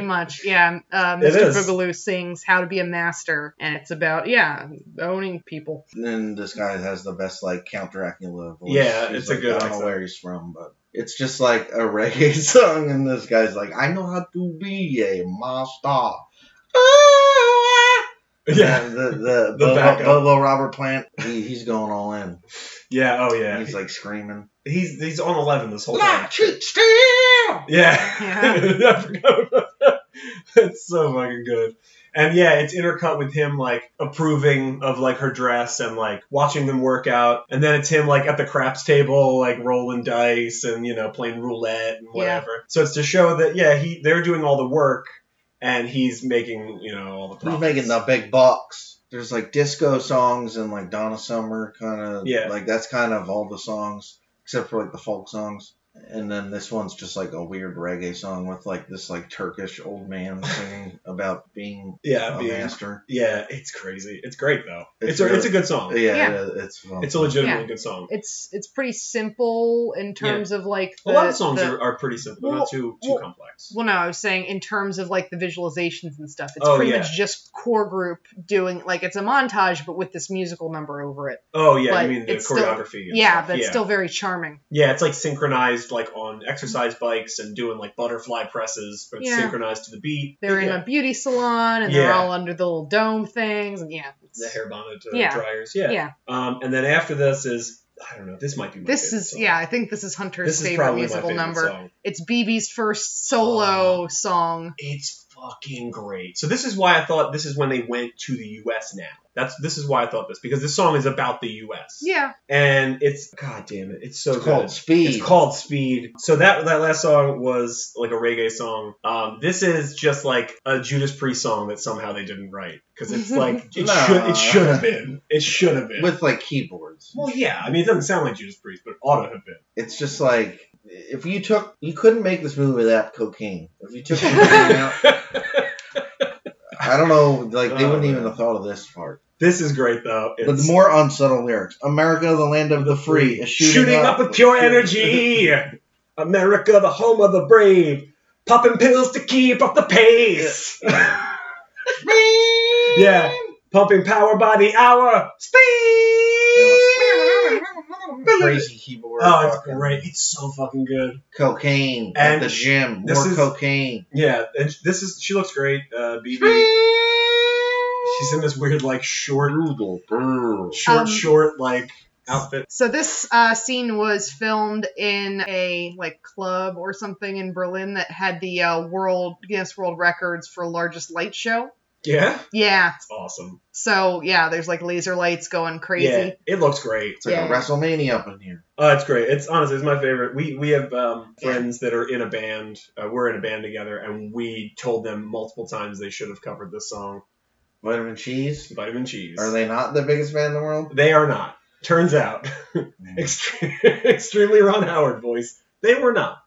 Yeah, Pretty much, yeah. Uh, It Mr. is. Boogaloo sings "How to Be a Master," and it's about yeah owning people. And then this guy has the best like Count Dracula voice. Yeah, He's it's a like, good I don't know accent. where he's from, but it's just like a reggae song, and this guy's like, I know how to be a master. yeah, And the the, The Bobo, backup. Bobo Robert Plant, he, he's going all in. yeah. Oh yeah, He's like screaming. he's he's on eleven this whole "Black time. cheek steal!" Yeah. Yeah. I forgot about that. It's so fucking good. And yeah, it's intercut with him like approving of like her dress and like watching them work out. And then it's him like at the craps table, like rolling dice and you know, playing roulette and whatever. So it's to show that yeah, he they're doing all the work and he's making, you know, all the He's profits. making the big bucks. There's like disco songs and like Donna Summer kind of Yeah. like that's kind of all the songs except for like the folk songs. And then this one's just like a weird reggae song with like this like Turkish old man singing about being yeah, a being- master. yeah, it's crazy. It's great though. Oh, It's It's, a, really- it's a good song. Yeah, Yeah. it- it's fun. It's a legitimately good song. It's it's pretty simple in terms of like A the, lot of songs the- are, are pretty simple, they're Well, not too too well- complex. Well, no, I was saying in terms of like the visualizations and stuff. It's Oh, pretty yeah. much just core group doing like it's a montage, but with this musical number over it. Oh yeah, I but mean the it's still- choreography. and yeah, stuff. but it's still very charming. Yeah, it's like synchronized, like on exercise bikes and doing like butterfly presses, but it's Yeah. synchronized to the beat. They're yeah. in a beauty salon and they're Yeah. all under the little dome things, and yeah, it's- the hair bonnet uh, Yeah. dryers. Yeah. yeah. Um, and then after this is I don't know. This might be my This favorite is song. yeah, I think this is Hunter's This is favorite probably musical my favorite number. Song. Ah. It's BB's first solo song. It's fucking great. So this is why I thought this is when they went to the U.S. Now. That's this is why I thought this because this song is about the U.S. Yeah. And it's god damn it, it's so It's good. called Speed. It's called Speed. So that that last song was like a reggae song. Um, this is just like a Judas Priest song that somehow they didn't write because it's like it No. should it should have been it should have been. with like keyboards. well, yeah, I mean it doesn't sound like Judas Priest, but it ought to have been. It's just like if you took you couldn't make this movie without cocaine. If you took cocaine out, I don't know, like they Oh, wouldn't man. even have thought of this part. this is great though. It's But the more unsubtle lyrics. America, the land of the free, is shooting, shooting up with pure energy. America, the home of the brave, popping pills to keep up the pace. yeah, pumping power by the hour. Speed. Crazy keyboard. Oh, it's fucking great! It's so fucking good. Cocaine at And the gym. this More is- cocaine. Yeah, and this is she looks great. Uh, BB, she's in this weird like short, Brutal. Brr. short, Um, short like outfit. So this uh, scene was filmed in a like club or something in Berlin that had the uh, world Guinness World Records for largest light show. Yeah, Yeah. it's awesome. So yeah, there's like laser lights going crazy. Yeah, it looks great. It's like Yeah. a WrestleMania up in here. Oh, it's great. It's honestly, it's my favorite. We we have um, friends that are in a band. Uh, we're in a band together, and we told them multiple times they should have covered this song, Vitamin cheese. Vitamin Cheese. Are they not the biggest band in the world? They are not. Turns out, extreme, extremely Ron Howard voice. They were not.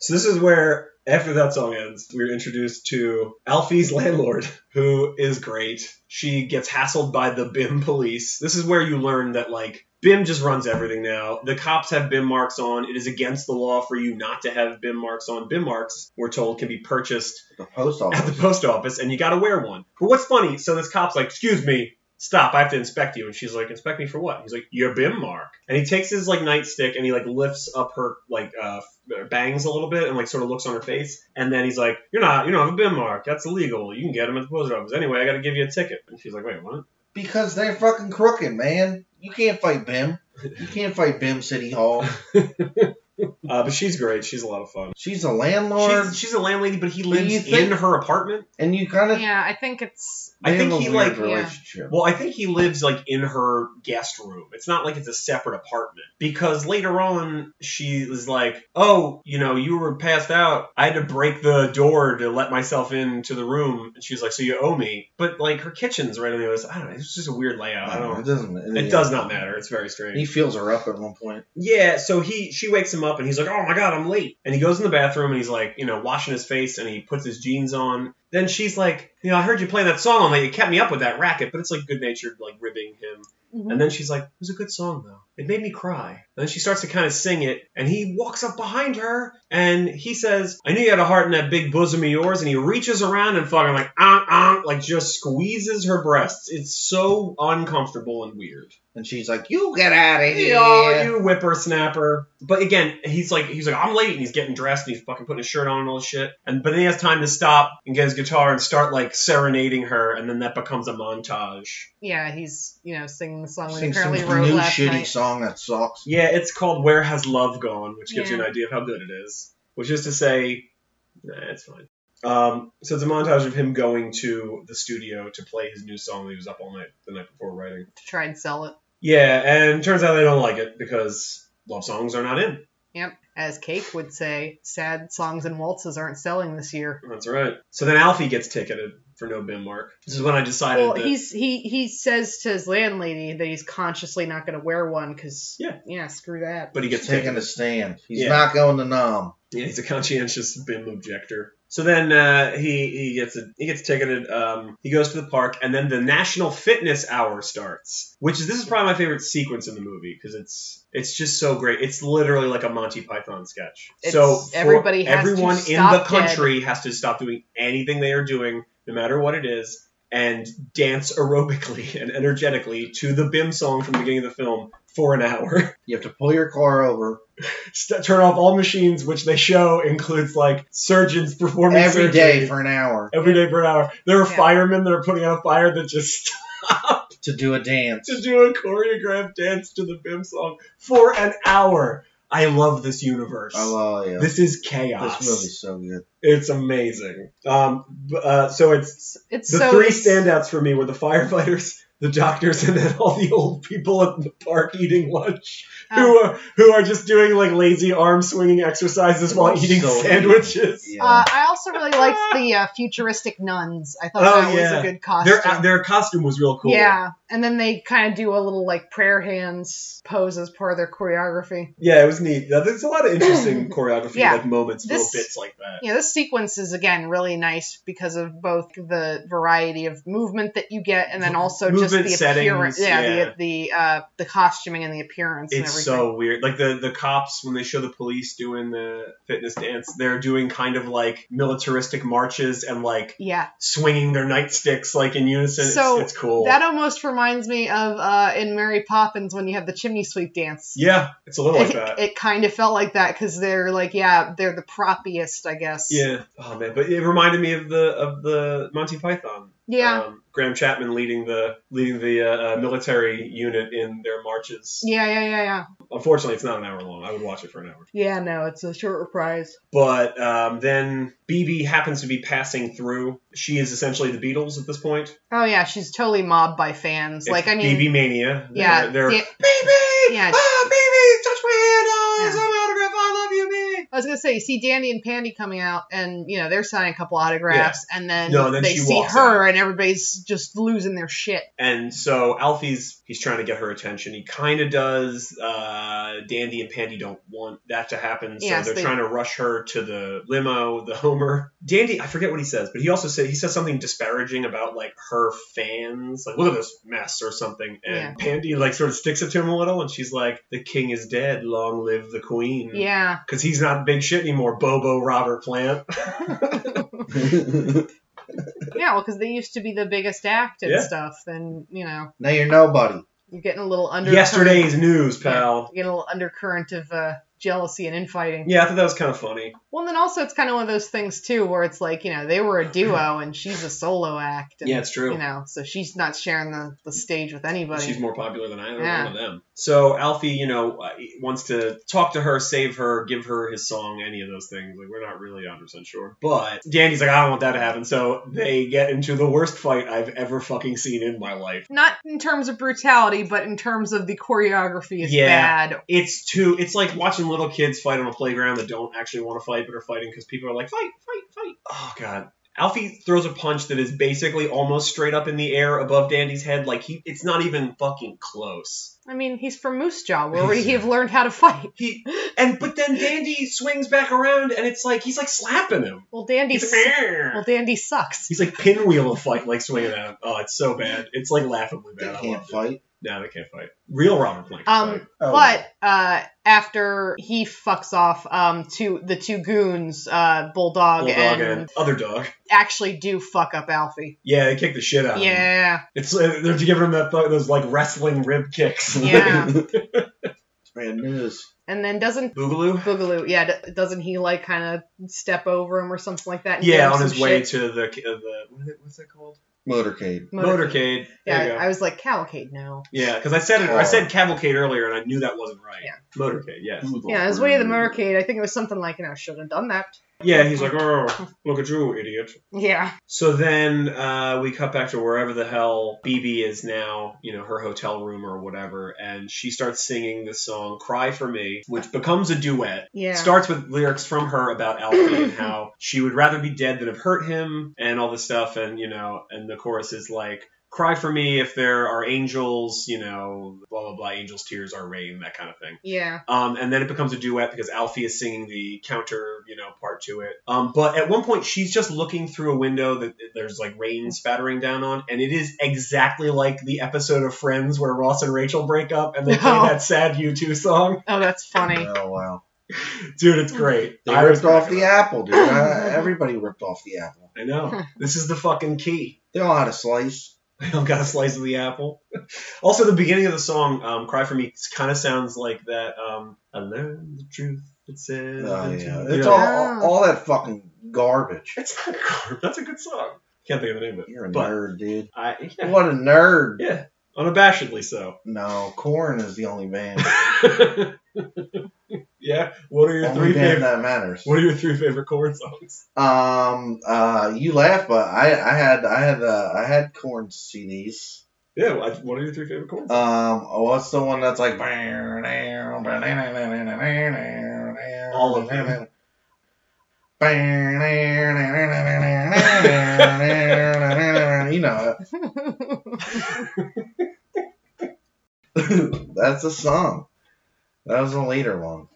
So this is where after that song ends, we're introduced to Alfie's landlord, who is great. She gets hassled by the BIM police. This is where you learn that like BIM just runs everything now. The cops have BIM marks on. It is against the law for you not to have BIM marks on. BIM marks, we're told, can be purchased The post at the office. post office and you got to wear one. But what's funny, so this cop's like, excuse me, stop, I have to inspect you. And she's like, inspect me for what? And he's like, your BIM mark. And he takes his like nightstick and he like lifts up her like uh, f- bangs a little bit and like sort of looks on her face. And then he's like, you're not, you don't have a BIM mark. That's illegal. You can get them at the post office. Anyway, I got to give you a ticket. And she's like, wait, what? Because they're fucking crooked, man. You can't fight BIM. You can't fight BIM City Hall. Uh, but she's great. She's a lot of fun. She's a landlord, She's, she's a landlady, but he Do lives you in think- her apartment. and you kind of. Yeah, I think it's I think have a he, weird like- yeah. relationship. Well, I think he lives like in her guest room. It's not like it's a separate apartment because later on she was like, "Oh, you know, you were passed out. I had to break the door to let myself into the room." And she was like, "So you owe me." But like her kitchen's right on the other side. I don't know. It's just a weird layout. I It don't. doesn't. It does not matter. It's very strange. He feels her up at one point. Yeah, so he she wakes him up and he's like, "Oh my god, I'm late." And he goes in the bathroom and he's like, you know, washing his face and he puts his jeans on. Then she's like, "You know, I heard you play that song all night. You kept me up with that racket." But it's like good-natured like ribbing him. And then she's like, "It was a good song though. It made me cry." And then she starts to kind of sing it and he walks up behind her and he says, "I knew you had a heart in that big bosom of yours." And he reaches around and fucking like, "Ah, ah," like just squeezes her breasts. It's so uncomfortable and weird. And she's like, "You get out of Hey, here." oh, you whippersnapper. But again, he's like, he's like, I'm late, and he's getting dressed, and he's fucking putting his shirt on and all this shit. And but then he has time to stop and get his guitar and start like serenading her, and then that becomes a montage. yeah, he's you know singing the song that he Sing some apparently wrote new last shitty night. song that sucks. Yeah, it's called Where Has Love Gone, which gives you Yeah. an idea of how good it is. Which is to say, nah, it's fine. Um, so it's a montage of him going to the studio to play his new song that he was up all night the night before writing. to try and sell it Yeah, and turns out they don't like it because love songs are not in. as Cake would say. Sad songs and waltzes aren't selling this year. That's right. So then Alfie gets ticketed for no bin mark. This is when I decided Well, that he's he he says to his landlady that he's consciously not going to wear one because Yeah. screw that. but he He's gets taking ticketed. a stand. He's Yeah. not going to nom. Yeah, he's a conscientious BIM objector. So then uh, he he gets a, he gets ticketed. Um, he goes to the park, and then the National Fitness Hour starts, which is this is probably my favorite sequence in the movie because it's it's just so great. It's literally like a Monty Python sketch. It's- so for- everybody has to everyone in stop the dead. country has to stop doing anything they are doing, no matter what it is, and dance aerobically and energetically to the BIM song from the beginning of the film for an hour You have to pull your car over st- turn off all machines, which they show includes like surgeons performing every surgery day for an hour every day for an hour. There are Yeah. firemen that are putting out a fire that just to do a dance. to do a choreographed dance to the BIM song for an hour. I love this universe. I love Oh, yeah. This is This chaos. movie's so good. It's amazing. Um, b- uh, so it's It's the so three it's- standouts for me were the firefighters, the doctors, and then all the old people at the park eating lunch, uh, Oh. who are who are just doing like lazy arm swinging exercises while So eating lame. sandwiches. Yeah. Uh, I also really liked the uh, futuristic nuns. I thought Oh, that yeah. was a good Their costume. their costume was real cool. Yeah, and then they kind of do a little like prayer hands pose as part of their choreography. Yeah, it was neat. Now, There's a lot of interesting choreography, Yeah. like moments, This- little bits like that. Yeah, this sequence is again really nice because of both the variety of movement that you get, and then also Movement just the settings, appearance. Yeah, yeah. the the uh, the costuming and the appearance and It's everything. so weird. Like the the cops when they show the police doing the fitness dance, they're doing kind of like militaristic marches and like yeah, swinging their nightsticks like in unison. So, it's, it's cool. that almost reminds me of uh, in Mary Poppins when you have the chimney sweep dance. yeah, it's a little like it, that. it kind of felt like that because they're like, yeah, they're the proppiest, I guess. Yeah. Oh man, but it reminded me of the of the Monty Python. Yeah. Um, Graham Chapman leading the leading the uh, uh, military unit in their marches. yeah, yeah, yeah, yeah. Unfortunately, it's not an hour long. I would watch it for an hour. Yeah, no, it's a short reprise. But um, then BB happens to be passing through. She is essentially the Beatles at this point. Oh yeah, she's totally mobbed by fans. It's like I mean, BB Mania. yeah, they're, da- they're BB, Yeah. oh, BB, touch my hand, oh, Yeah. it's an autograph, I love you, BB. I was gonna say, you see Dandy and Pandy coming out, and you know they're signing a couple autographs, and then, No, then they she see walks her, and everybody's just losing their shit. And so Alfie's he's trying to get her attention. He kind of does. Uh, Dandy and Pandy don't want that to happen, so Yes, they're they- trying to rush her to the limo, the Homer. Dandy, I forget what he says, but he also said he says something disparaging about like her fans, like look at this mess or something. And Yeah. Pandy like sort of sticks it to him a little, and she's like, "The king is dead. Long live the queen." Yeah, Because he's not big shit anymore, Bobo Robert Plant. yeah, well, because they used to be the biggest act and Yeah. stuff, and you know now you're nobody. you're getting a little under Yesterday's news, pal. you're getting a little undercurrent of uh, jealousy and infighting. Yeah, I thought that was kind of funny. Well, then also it's kind of one of those things too, where it's like you know they were a duo, and she's a solo act. And, Yeah, it's true. You know, so she's not sharing the, the stage with anybody. She's more popular than either Yeah. one of them. So Alfie, you know, uh, wants to talk to her, save her, give her his song, any of those things. Like we're not really 100% sure. But Dandy's like, I don't want that to happen. So they get into the worst fight I've ever fucking seen in my life. not in terms of brutality, but in terms of the choreography is Yeah. bad. It's too. It's like watching little kids fight on a playground that don't actually want to fight, but are fighting because people are like, fight, fight, fight. Oh god. Alfie throws a punch that is basically almost straight up in the air above Dandy's head. Like he, it's not even fucking close. I mean, he's from Moose Jaw, where would he have learned how to fight? He and but then Dandy swings back around and it's like he's like slapping him. Well, Dandy, He's su- like, well, "Arr." Dandy sucks. he's like pinwheel of fight, like swinging at him. Oh, it's so bad. It's like laughably They bad. I can't love it. fight. No, they can't fight. Real Robert Plank. can Um, fight. Oh, But uh, after he fucks off um, to the two goons, uh, Bulldog, Bulldog and, and other dog. actually do fuck up Alfie. Yeah, they kick the shit out. of him. yeah, it's uh, they're giving him that th- those like wrestling rib kicks. yeah. it's bad news. and then doesn't Boogaloo. Boogaloo? Yeah, d- doesn't he like kind of step over him or something like that? and give Yeah, him on some his way shit? to the uh, the what is it- what's that called? Motorcade. Motorcade. Yeah, There you go. I was like cavalcade. No. yeah, because I said it. I said cavalcade earlier, and I knew that wasn't right. Yeah. Motorcade. Yes. Yeah, his way to the motorcade. I think it was something like, you know, should have done that. Yeah, he's like, oh, look at you, idiot. Yeah. So then uh, we cut back to wherever the hell BB is now, you know, her hotel room or whatever, and she starts singing this song, Cry for Me, which becomes a duet. Yeah. Starts with lyrics from her about Alfie and how she would rather be dead than have hurt him and all this stuff, and, you know, and the chorus is like, Cry for me if there are angels, you know, blah, blah, blah, angels' tears are rain, that kind of thing. yeah. Um, and then it becomes a duet because Alfie is singing the counter, you know, part to it. Um, but at one point, she's just looking through a window that that there's like rain spattering down on, and it is exactly like the episode of Friends where Ross and Rachel break up and they No. play that sad U2 song. Oh, that's funny. Oh wow. Dude, it's great. They I was ripped off cracking the up. apple, dude. I- everybody ripped off the apple. I know. this is the fucking key. They all had a slice. I don't got a slice of the apple. Also, the beginning of the song, um, "Cry for Me," kind of sounds like that. Um, I learned the truth. It says. Oh, yeah. You It's know, all, Yeah. all all that fucking garbage. It's not garbage. That's a good song. Can't think of the name of it. You're a But- nerd, dude. I, yeah. What a nerd. Yeah. Unabashedly so. No, Corn is the only band. yeah. What are your only three band favorite? that matters. What are your three favorite corn songs? Um, uh, you laugh, but I, I had, I had, uh, I had Corn CDs. Yeah. what- What are your three favorite corn? songs? Um, oh, what's the one that's like all of them. you know it. that's a song. That was a later one.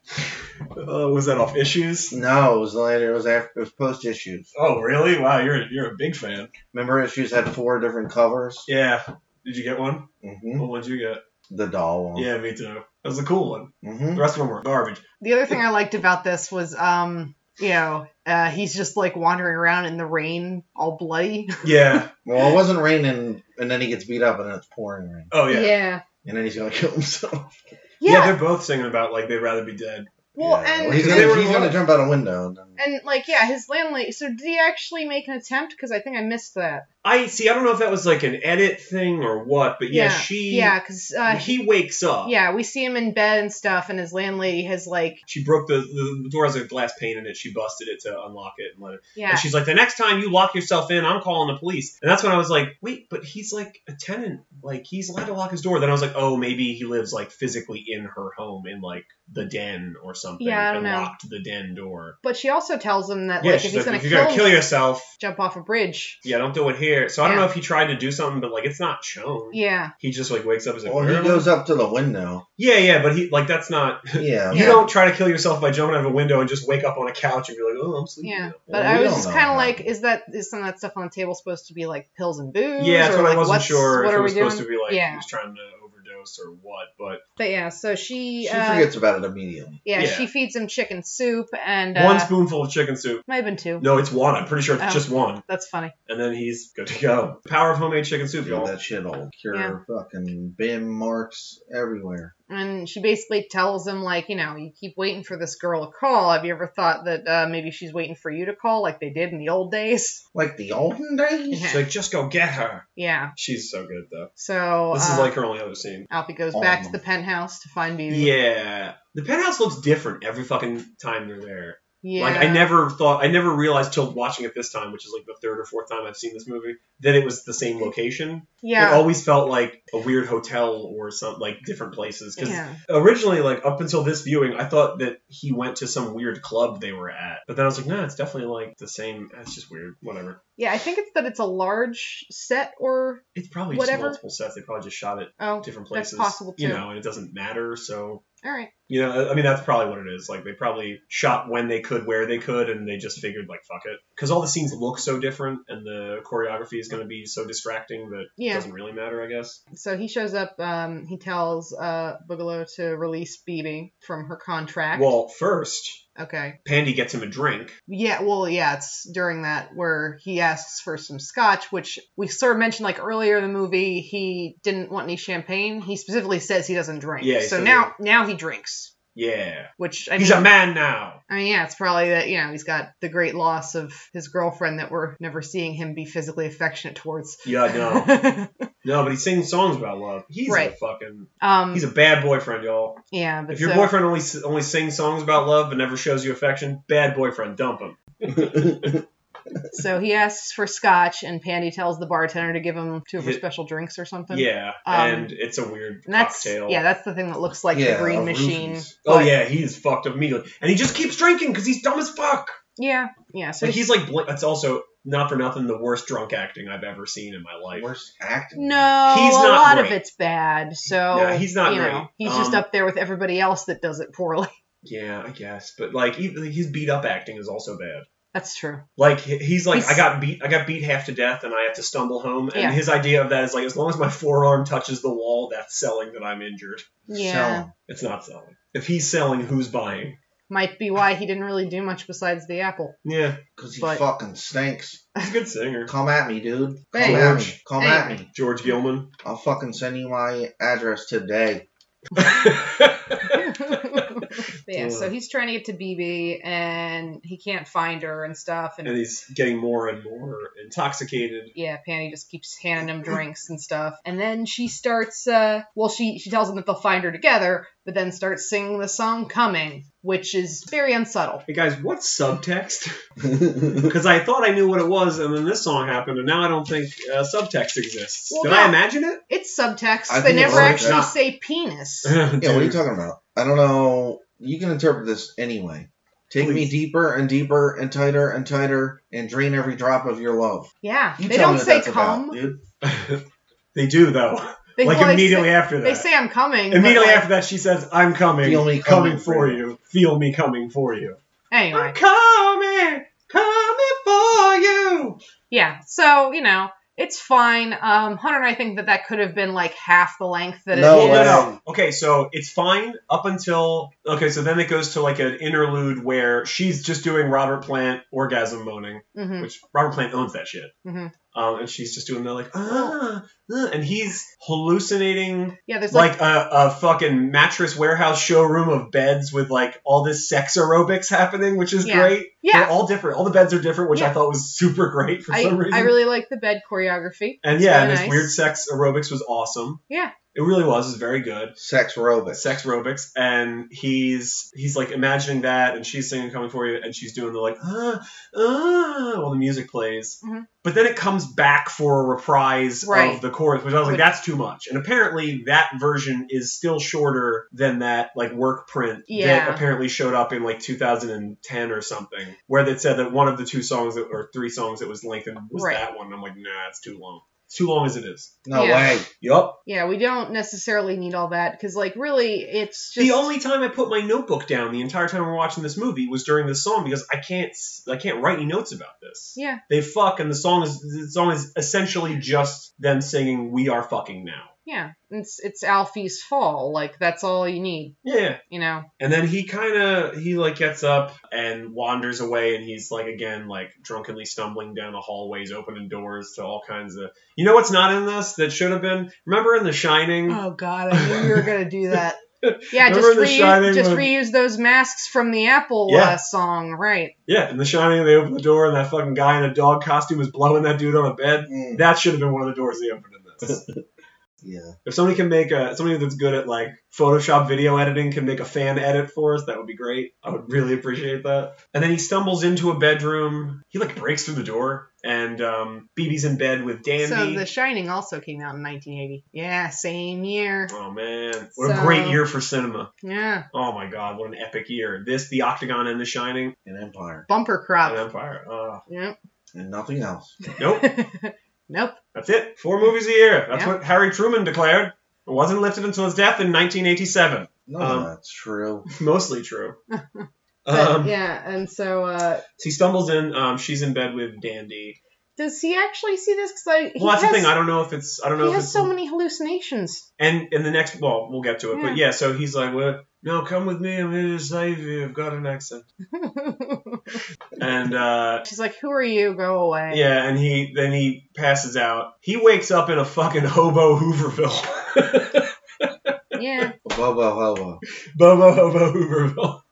Uh, was that off issues? No, it was later. It was after. It was post issues. Oh, really? Wow, you're you're a big fan. Remember, issues had four different covers. Yeah. Did you get one? hmm What one did you get? The doll one. Yeah, me too. That was a cool one. hmm The rest of them were garbage. The other thing I liked about this was, um, you know, uh, he's just like wandering around in the rain, all bloody. Yeah. Well, it wasn't raining, and then he gets beat up, and then it's pouring rain, Oh yeah. Yeah. yeah. and then he's gonna kill himself. they're both singing about like they'd rather be dead. Well, Yeah. and he's, they gonna, were he's gonna alive. jump out a window. And then, and like yeah, his landlady. So did he actually make an attempt? Because I think I missed that. I see. I don't know if that was like an edit thing or what, but yeah, Yeah, she. yeah, because uh, he wakes up. yeah, we see him in bed and stuff, and his landlady has like She broke the, the the door has a glass pane in it. She busted it to unlock it and let it. yeah. And she's like, the next time you lock yourself in, I'm calling the police. And that's when I was like, wait, but he's like a tenant. Like he's allowed to lock his door. Then I was like, oh, maybe he lives like physically in her home in like the den or something. Yeah, I don't and know. locked the den door. But she also tells him that yeah, like if she's he's like, gonna if you're kill, gonna kill yourself, jump off a bridge. yeah, don't do it here. So I don't Yeah. know if he tried to do something, but like it's not shown. Yeah, He just like wakes up and is like, well, "Where he am I?" goes up to the window. yeah, yeah, but he like that's not. Yeah. You don't try to kill yourself by jumping out of a window and just wake up on a couch and be like, oh, I'm sleeping. yeah. now." But Well, I we was don't just know kind how. of like, is that is some of that stuff on the table supposed to be like pills and booze? Yeah, that's or, what like, I wasn't what's- sure What if are it we was doing? supposed to be like he yeah, was trying to overdose or what. But but yeah, so she, She uh, forgets about it immediately. yeah, Yeah. she feeds him chicken soup and uh, one spoonful of chicken soup. might have been two. No, it's one. I'm pretty sure it's Oh. just one. That's funny. And then he's good to go. Power of homemade chicken soup, Feel y'all. that shit all cure Yeah. fucking bim marks everywhere. And she basically tells him like, you know, you keep waiting for this girl to call. Have you ever thought that uh, maybe she's waiting for you to call like they did in the old days? Like the olden days. Yeah. She's like, just go get her. Yeah. She's so good though. So This is uh, like her only other scene. Alfie goes Oh, back no. to the penthouse to find Beauty. Yeah. The penthouse looks different every fucking time they're there. Yeah. Like I never thought, I never realized till watching it this time, which is like the third or fourth time I've seen this movie, that it was the same location. It Yeah. always felt like a weird hotel or some like different places. Because yeah. originally, like up until this viewing, I thought that he went to some weird club they were at, but then I was like, no, it's definitely like the same. It's just weird. Whatever. Yeah, I think it's that it's a large set or It's probably just Whatever. multiple sets. They probably just shot it oh, different That's places. possible, You too. know, and it doesn't matter. So. all right. You know, I- I mean, that's probably what it is. Like, they probably shot when they could, where they could, and they just figured, like, fuck it. Because all the scenes look so different, and the choreography is going to be so distracting that it Yeah. doesn't really matter, I guess. So he shows up. Um, he tells uh, Bigelow to release BB from her contract. Well, first, okay. Pandy gets him a drink. Yeah. Well, yeah. It's during that where he asks for some scotch, which we sort of mentioned like earlier in the movie. He didn't want any champagne. He specifically says he doesn't drink. Yeah, he So said now, now he drinks. Yeah. Which I He's mean, a man now. I mean, yeah, it's probably that you know he's got the great loss of his girlfriend that we're never seeing him be physically affectionate towards. Yeah, no. No, but he sings songs about love. He's a Right. fucking. um, He's a bad boyfriend, y'all. yeah, but If your so- boyfriend only s- only sings songs about love but never shows you affection, bad boyfriend. Dump him. So he asks for scotch, and Pandy tells the bartender to give him two of her Yeah. special drinks or something. Yeah, Um, and it's a weird And that's cocktail. yeah, that's the thing that looks like Yeah, the green of machine. roofies. oh But- yeah, he's fucked up immediately, and he just keeps drinking because he's dumb as fuck. yeah, yeah. So Like he's, he's like, bl- that's also not for nothing the worst drunk acting I've ever seen in my life. Worst acting. no, He's a not lot great. of it's bad. So Yeah, he's not you know, great. He's just Um, up there with everybody else that does it poorly. Yeah, I guess, but like even his beat up acting is also bad. That's true. Like he- he's like, He's- I got beat, I got beat half to death, and I have to stumble home. And Yeah. his idea of that is like, as long as my forearm touches the wall, that's selling that I'm injured. Yeah, Sell 'em. It's not selling. If he's selling, who's buying? might be why he didn't really do much besides the apple. Yeah, Cause he But- fucking stinks. he's a good singer. Come at me, dude. Come Hey. at me. George. Come Hey. at me. George Gilman. I'll fucking send you my address today. the But yeah, so he's trying to get to BB and he can't find her and stuff. And, And he's getting more and more intoxicated. yeah, Panny just keeps handing him drinks and stuff. And then she starts, uh, well, she, she tells him that they'll find her together, but then starts singing the song Coming, which is very unsubtle. Hey guys, what's subtext? Because I thought I knew what it was, and then this song happened, and now I don't think uh, subtext exists. Well, Did no. I imagine it? It's subtext. I They think it's never like actually that. say penis. yeah, what are you talking about? I don't know. You can interpret this anyway. Take me Please. deeper and deeper and tighter and tighter and drain every drop of your love. Yeah, You they tell don't me what say that's about, come. dude. about? they do though. They like well, they immediately say- after that. They say I'm coming. but, immediately like, after that, she says, "I'm coming, Feel me coming, coming for for you. Feel me coming for you. Anyway, coming, coming for you." yeah. So you know, it's fine. Um, Hunter and I think that that could have been like half the length that No it No, way. is. no. Okay, so it's fine up until okay. So then it goes to like an interlude where she's just doing Robert Plant orgasm moaning, Mhm. which Robert Plant owns that shit. Mhm. Um, and she's just doing the like, ah, ah," and he's hallucinating Yeah, there's like, like, a, a fucking mattress warehouse showroom of beds with like all this sex aerobics happening, which is Yeah. great. They're yeah. all different. All the beds are different, which I Yeah. thought was super great for I, some reason. I really like the bed choreography. and It's yeah, very and this nice. weird sex aerobics was awesome. Yeah. It really was. It was very good. Sex aerobics. Sex aerobics, and he's he's like imagining that, and she's singing "Coming for You," and she's doing the like ah ah while the music plays. Mhm. But then it comes back for a reprise Right. of the chorus, which I was like, Which- that's too much. And apparently that version is still shorter than that like work print Yeah. that apparently showed up in like 2010 or something, where they said that one of the two songs that, or three songs that was lengthened was Right. that one. And I'm like, nah, it's too long. It's too long as it is. No Yeah. way. Yup. Yeah, we don't necessarily need all that because, like, really, it's just the only time I put my notebook down the entire time we're watching this movie was during this song because I can't s- I can't write any notes about this. Yeah. They fuck and the song is the song is essentially just them singing "We Are Fucking Now." yeah. It's it's Alfie's fall. Like that's all you need, Yeah. you know. And then he kind of he like gets up and wanders away and he's like again like drunkenly stumbling down the hallways, opening doors to all kinds of. You know what's not in this that should have been? Remember in The Shining? Oh God, I knew you were gonna do that. Yeah, Remember just in The Shining reuse, just when- reuse those masks from the Apple Yeah. uh, song, right? yeah, in The Shining they open the door and that fucking guy in a dog costume is blowing that dude on a bed. Mm. That should have been one of the doors they opened in this. Yeah. if somebody can make a somebody that's good at like Photoshop video editing can make a fan edit for us, that would be great. I would really appreciate that. And then he stumbles into a bedroom. He like breaks through the door, and um, BB's in bed with Dandy. So The Shining also came out in 1980. Yeah, same year. Oh man, what a So- great year for cinema! Yeah, Oh my god, what an epic year! This, The Octagon, and The Shining, An empire. bumper and crop. Empire. Uh, Yep. And nothing else. nope, Nope. that's it. Four movies a year. That's Yeah. what Harry Truman declared. It wasn't lifted until his death in 1987. None Um, of that's true. Mostly true. But, Um, yeah, and so uh, So he stumbles in. Um, she's in bed with Dandy. does he actually see this? Because I he Well, that's has, the thing. I don't know if it's. I don't know he if has it's. so many hallucinations. and and the next. Well, we'll get to it. But yeah, so he's like, "Well, no, come with me. I'm here to save you. I've got an accent." and uh, She's like, "Who are you? Go away." yeah, and he then he passes out. He wakes up in a fucking hobo Hooverville. yeah, Bobo Hobo. Bobo hobo Hooverville.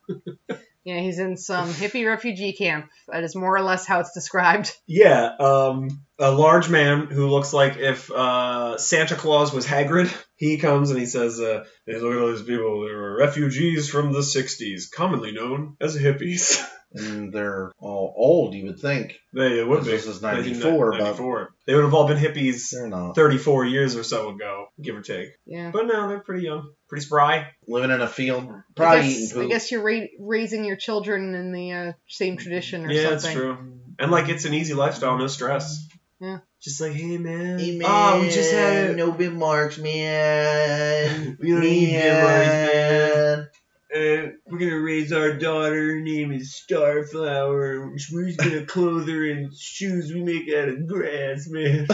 yeah. He's in some hippie refugee camp. That is more or less how it's described. Yeah, um, a large man who looks like if uh, Santa Claus was Hagrid. He comes and he says, uh, hey, "Look at all these people. They were refugees from the '60s, commonly known as hippies. And Mm, they're all old, you would think. they would be. This is 94, but- 94. They would have all been hippies They're not. 34 years or so ago, give or take. Yeah. But no, they're pretty young, pretty spry. Living in a field. I Probably guess, eating I poop. guess you're ra- raising your children in the uh, same tradition or yeah, something. that's true. And like, it's an easy lifestyle, no stress. Yeah. Just like, hey man, Hey, oh, we just had man, no big marks, man. We don't need big marks, man. Man. Uh, we're gonna raise our daughter. Her name is Starflower. and We're just gonna clothe her in shoes we make out of grass, man.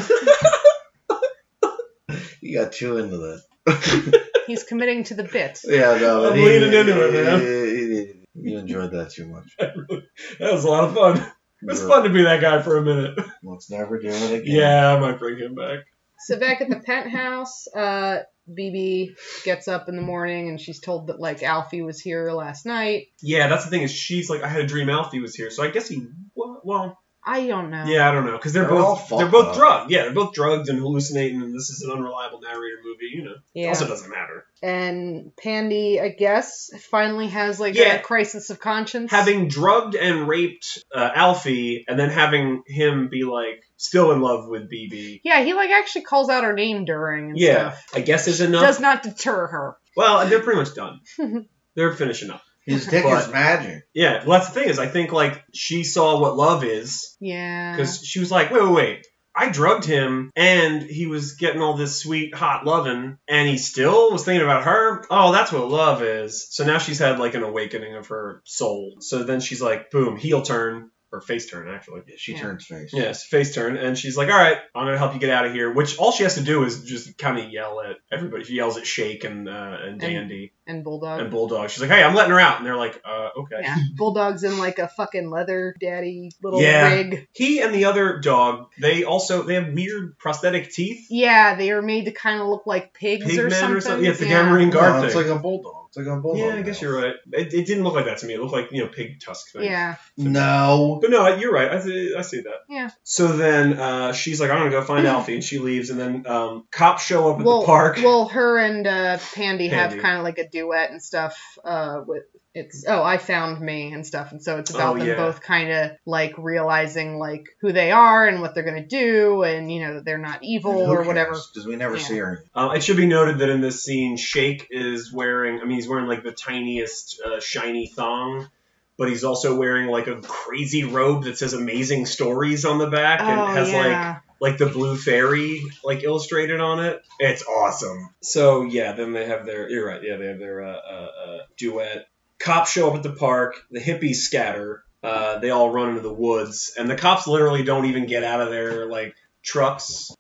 You got too into that. He's committing to the bit. Yeah, no. I'm he- leaning into it, man. he- he- You enjoyed that too much. That was a lot of fun. It was fun to be that guy for a minute. Let's never do it again. Yeah, I might bring him back. So back at the penthouse, uh, BB gets up in the morning and she's told that like Alfie was here last night. Yeah, that's the thing is she's like, I had a dream Alfie was here, so I guess he. wa- Well, I don't know. yeah, I don't know, because they're, They're all both fucked they're both up. drugged. Yeah, they're both drugged and hallucinating, and this is an unreliable narrator movie. You know, Yeah. also doesn't matter. And Pandy, I guess, finally has like Yeah. a crisis of conscience. having drugged and raped uh, Alfie, and then having him be like still in love with BB. yeah, he like actually calls out her name during and Yeah, stuff. I guess is enough. Does not deter her. well, they're pretty much done. they're finishing up. His dick But- is magic. Yeah. Well, that's the thing is, I think like she saw what love is Yeah. because she was like, wait, wait, wait. I drugged him, and he was getting all this sweet, hot loving, and he still was thinking about her. Oh, that's what love is. So now she's had like an awakening of her soul. So then she's like, boom, heel turn or face turn actually. She Yeah. turns face. Yes, face turn, and she's like, "All right, I'm gonna help you get out of here." Which all she has to do is just kind of yell at everybody. She yells at Shake and uh, and Dandy And and, Bulldog. Bulldog. She's like, "Hey, I'm letting her out," and they're like, "Uh, okay." yeah. Bulldog's in like a fucking leather daddy little Yeah. rig. He and the other dog, they also they have weird prosthetic teeth. Yeah, they are made to kind of look like pigs or Pigmen something. or something? Yeah, it's the Gamorrean No, guard it's thing. like a bulldog. It's like a bulldog. yeah, I guess now. you're right. It, it didn't look like that to me. It looked like you know pig tusk thing. Yeah. No. But no, you're right. I see, I see that. Yeah. So then uh, she's like, "I'm gonna go find Alfie," and she leaves. And then um, cops show up at well, the park. well, her and uh, Pandy, have Pandy. kind of like a duet and stuff. Uh, with it's oh, I found me and stuff, and so it's about Oh, them yeah. both kind of like realizing like who they are and what they're gonna do, and you know that they're not evil or whatever. Because we never Yeah. see her. Uh, it should be noted that in this scene, Shake is wearing, I mean, he's wearing like the tiniest uh, shiny thong, but he's also wearing like a crazy robe that says amazing stories on the back and Oh, has like yeah. like the blue fairy like illustrated on it. It's awesome. So yeah, then they have their, you're right, yeah, they have their uh, uh, uh, duet. Cops show up at the park, the hippies scatter, uh, they all run into the woods, and the cops literally don't even get out of their like trucks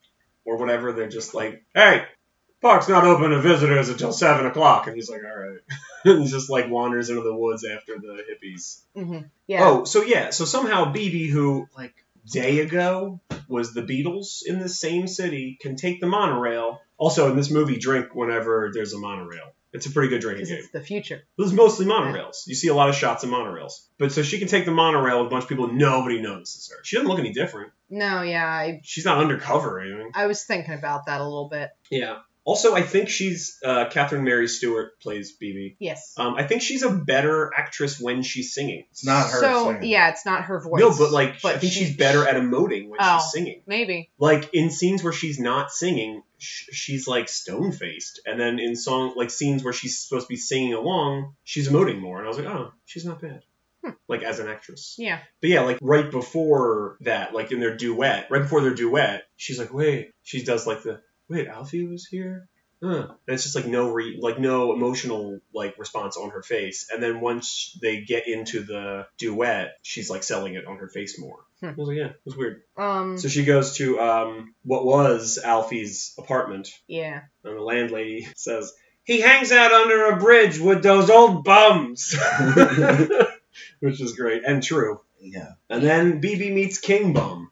or whatever. They're just like, hey, park's not open to visitors until seven o'clock, and he's like, all right, and he just like wanders into the woods after the hippies. Mhm. yeah. Oh, so yeah, so somehow BB, who like day ago was the Beatles in the same city, can take the monorail. Also, in this movie, drink whenever there's a monorail. It's a pretty good drinking 'Cause game. it's the future. This is mostly monorails. You see a lot of shots of monorails. But so she can take the monorail with a bunch of people nobody notices her. She doesn't look any different. No, yeah, I She's not undercover or anything. I was thinking about that a little bit. Yeah. Also, I think she's uh, Catherine Mary Stewart plays BB. Yes. Um, I think she's a better actress when she's singing. It's not her. so singing. yeah, it's not her voice. No, but like But I think she- she's better at emoting when Oh. she's singing. maybe. Like in scenes where she's not singing, sh- she's like stone faced, and then in song like scenes where she's supposed to be singing along, she's emoting more. And I was like, oh, she's not bad. Like as an actress. Yeah. But yeah, like right before that, like in their duet, right before their duet, she's like, wait, she does like the wait, Alfie was here. Huh. And it's just like no re- like no emotional like response on her face. And then once they get into the duet, she's like selling it on her face more. Hmm. I was like, yeah, it was weird. Um. So she goes to um what was Alfie's apartment, yeah. and the landlady says, "He hangs out under a bridge with those old bums," which is great and true. Yeah. And then BB meets King Bum.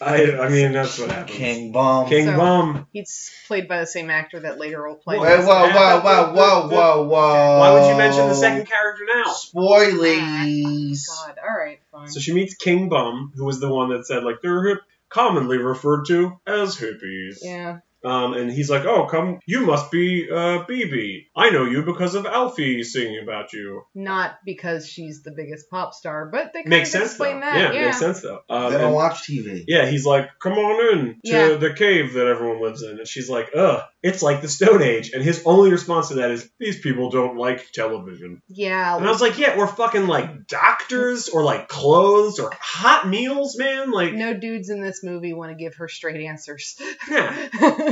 I, I mean, that's what happened. King, King Bomb. So- Bum. He's played by the same actor that later will play. Oh, Whoa, whoa, whoa, whoa, whoa, whoa, whoa. Why would you mention the second character now? Spoilies. Ah, God, all right, fine. So she meets King Bum, who was the one that said, like, they're hip, commonly referred to as hippies. yeah, Um, and he's like, oh, come, you must be uh, BB. I know you because of Alfie singing about you. not because she's the biggest pop star, but they kind makes of sense, though. explain that. Yeah, makes sense, though. Um, They don't and- watch TV. yeah, he's like, come on in to Yeah. the cave that everyone lives in. And she's like, ugh, it's like the Stone Age. And his only response to that is, these people don't like television. yeah, And I was like, yeah, we're fucking like doctors or like clothes or hot meals, man. Like, no dudes in this movie want to give her straight answers. yeah.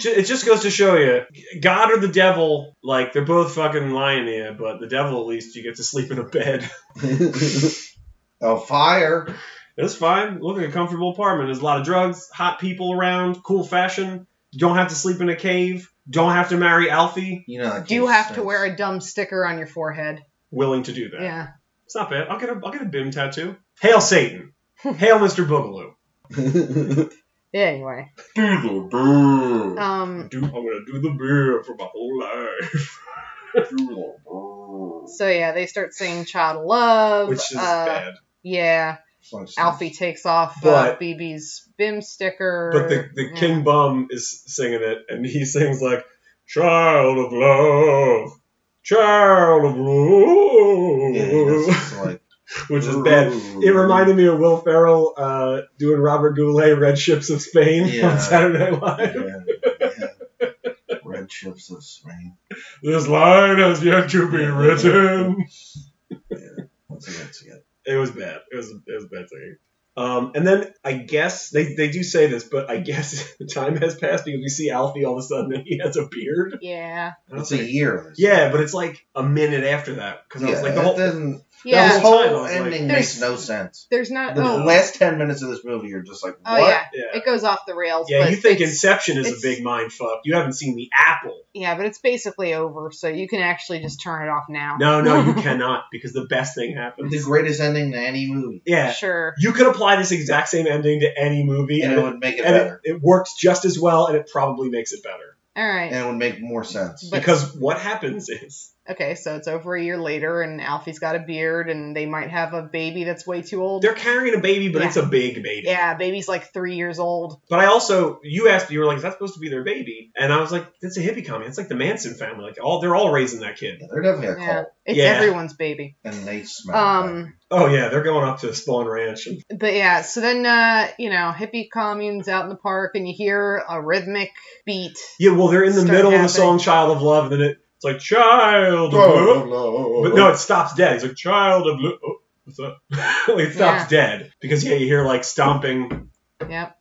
Ju- It just goes to show you, God or the devil, like they're both fucking lying to you. But the devil, at least, you get to sleep in a bed. oh, fire. It's fine. Look at a comfortable apartment. There's a lot of drugs, hot people around, cool fashion. You don't have to sleep in a cave. Don't have to marry Alfie. You know. Do you have to wear a dumb sticker on your forehead? Willing to do that. Yeah, It's not bad. I'll get a I'll get a bim tattoo. Hail Satan. Hail Mr. Boogaloo. a? Yeah, anyway. Do the beer. Um, do, I'm gonna do the beer for my whole life. so yeah, they start singing Child of Love. Which is uh, bad. Yeah. Songs- Alfie takes off uh, But- BB's BIM sticker. But the, the yeah. King Bum is singing it, and he sings like, Child of Love, Child of Love, Yeah, that's just like, which is bad. It reminded me of Will Ferrell uh, doing Robert Goulet, Red Ships of Spain Yeah. on Saturday Night Live. Yeah, yeah. Red ships of Spain. This line has yet to be written. Yeah. Once again, it's again. It was bad. It was it was bad singing. Um, and then I guess they, they do say this, but I guess time has passed because we see Alfie all of a sudden and he has a beard. Yeah. And I was It's a like, year. yeah, but it's like a minute after that because I was Yeah, like the it whole doesn't- Yeah. The whole time I whole was ending like- makes no sense. There's not. The oh, last ten minutes of this movie are just like, what? oh yeah. yeah. It goes off the rails. Yeah, but you think it's, Inception is a it's- big mind fuck. You haven't seen the apple. Yeah, but it's basically over, so you can actually just turn it off now. No, no, you cannot because the best thing The happens. greatest ending to any movie, Yeah, Sure. you could apply this exact same ending to any movie and and, it would make it and it, better, it works just as well and it probably makes it better. All right. and it would make more sense. But- because what happens is Okay, so it's over a year later, and Alfie's got a beard, and they might have a baby that's way too old. they're carrying a baby, but Yeah. it's a big baby. yeah, baby's like three years old. But I also, you asked, you were like, is that supposed to be their baby? And I was like, that's a hippie commune. It's like the Manson family. Like, all they're all raising that kid. Yeah, they're definitely a cult, Yeah, it's Yeah. everyone's baby. and they smell. bad. Um, Oh yeah, they're going up to Spawn Ranch. And, but yeah, so then uh, you know, hippie communes out in the park, and you hear a rhythmic beat. yeah, well, they're in the Start middle of the happening. song "Child of Love," and then it, it's like "Child of Oh, Love," but Oh, no, it stops dead. It's like "Child of Love." Oh, what's up? it stops dead because yeah, you hear like stomping. Yep.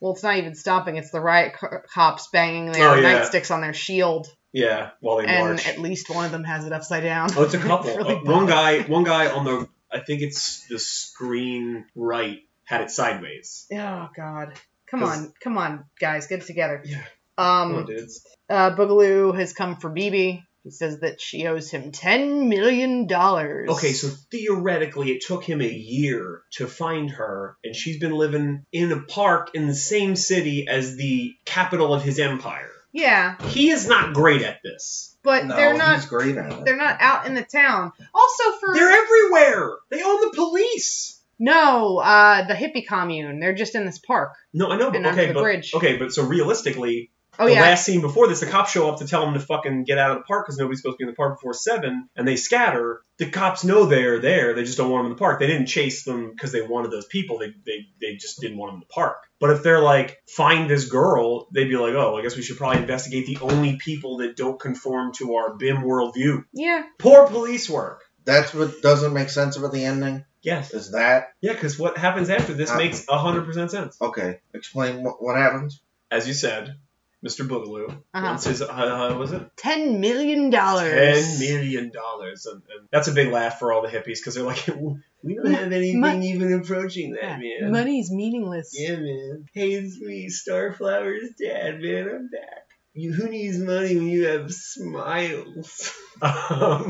Well, it's not even stopping; it's the riot co- cops banging their Oh, yeah. nightsticks on their shield, Yeah, while they and march. at least one of them has it upside down. Oh, it's a couple. really Uh, one bad. guy, one guy on the, I think it's the screen right, had it sideways. Oh God! Come 'Cause- on, come on, guys, get it together. Yeah. Oh, Come on, Um, dudes. uh, Boogaloo has come for BB. He says that she owes him ten million dollars. Okay, so theoretically, it took him a year to find her, and she's been living in a park in the same city as the capital of his empire. yeah, He is not great at this. but No, they're not. He's great at it. They're not out in the town. Also for They're everywhere. They own the police. no, uh, the hippie commune. They're just in this park. No, I know, but And under okay, the but bridge. okay, but so realistically, Oh the yeah, last scene before this, the cops show up to tell him to fucking get out of the park because nobody's supposed to be in the park before seven, and they scatter. The cops know they're there; they just don't want them in the park. They didn't chase them because they wanted those people. They, they they just didn't want them in the park. But if they're like, find this girl, they'd be like, oh, I guess we should probably investigate the only people that don't conform to our BIM worldview. yeah. Poor police work. That's what doesn't make sense about the ending. Yes. Is that Yeah, because what happens after this Uh, makes hundred percent sense. okay? Explain what, what happens. As you said, Mr. Boogaloo. Uh-huh. wants his- uh, uh, was it? Ten million dollars. Ten million dollars, and, and that's a big laugh for all the hippies because they're like, we don't have anything mon- even approaching that, Yeah, man. Money's meaningless. Yeah, man. Hey, it's me, Starflower's dad, man. I'm back. You, who needs money when you have smiles? um,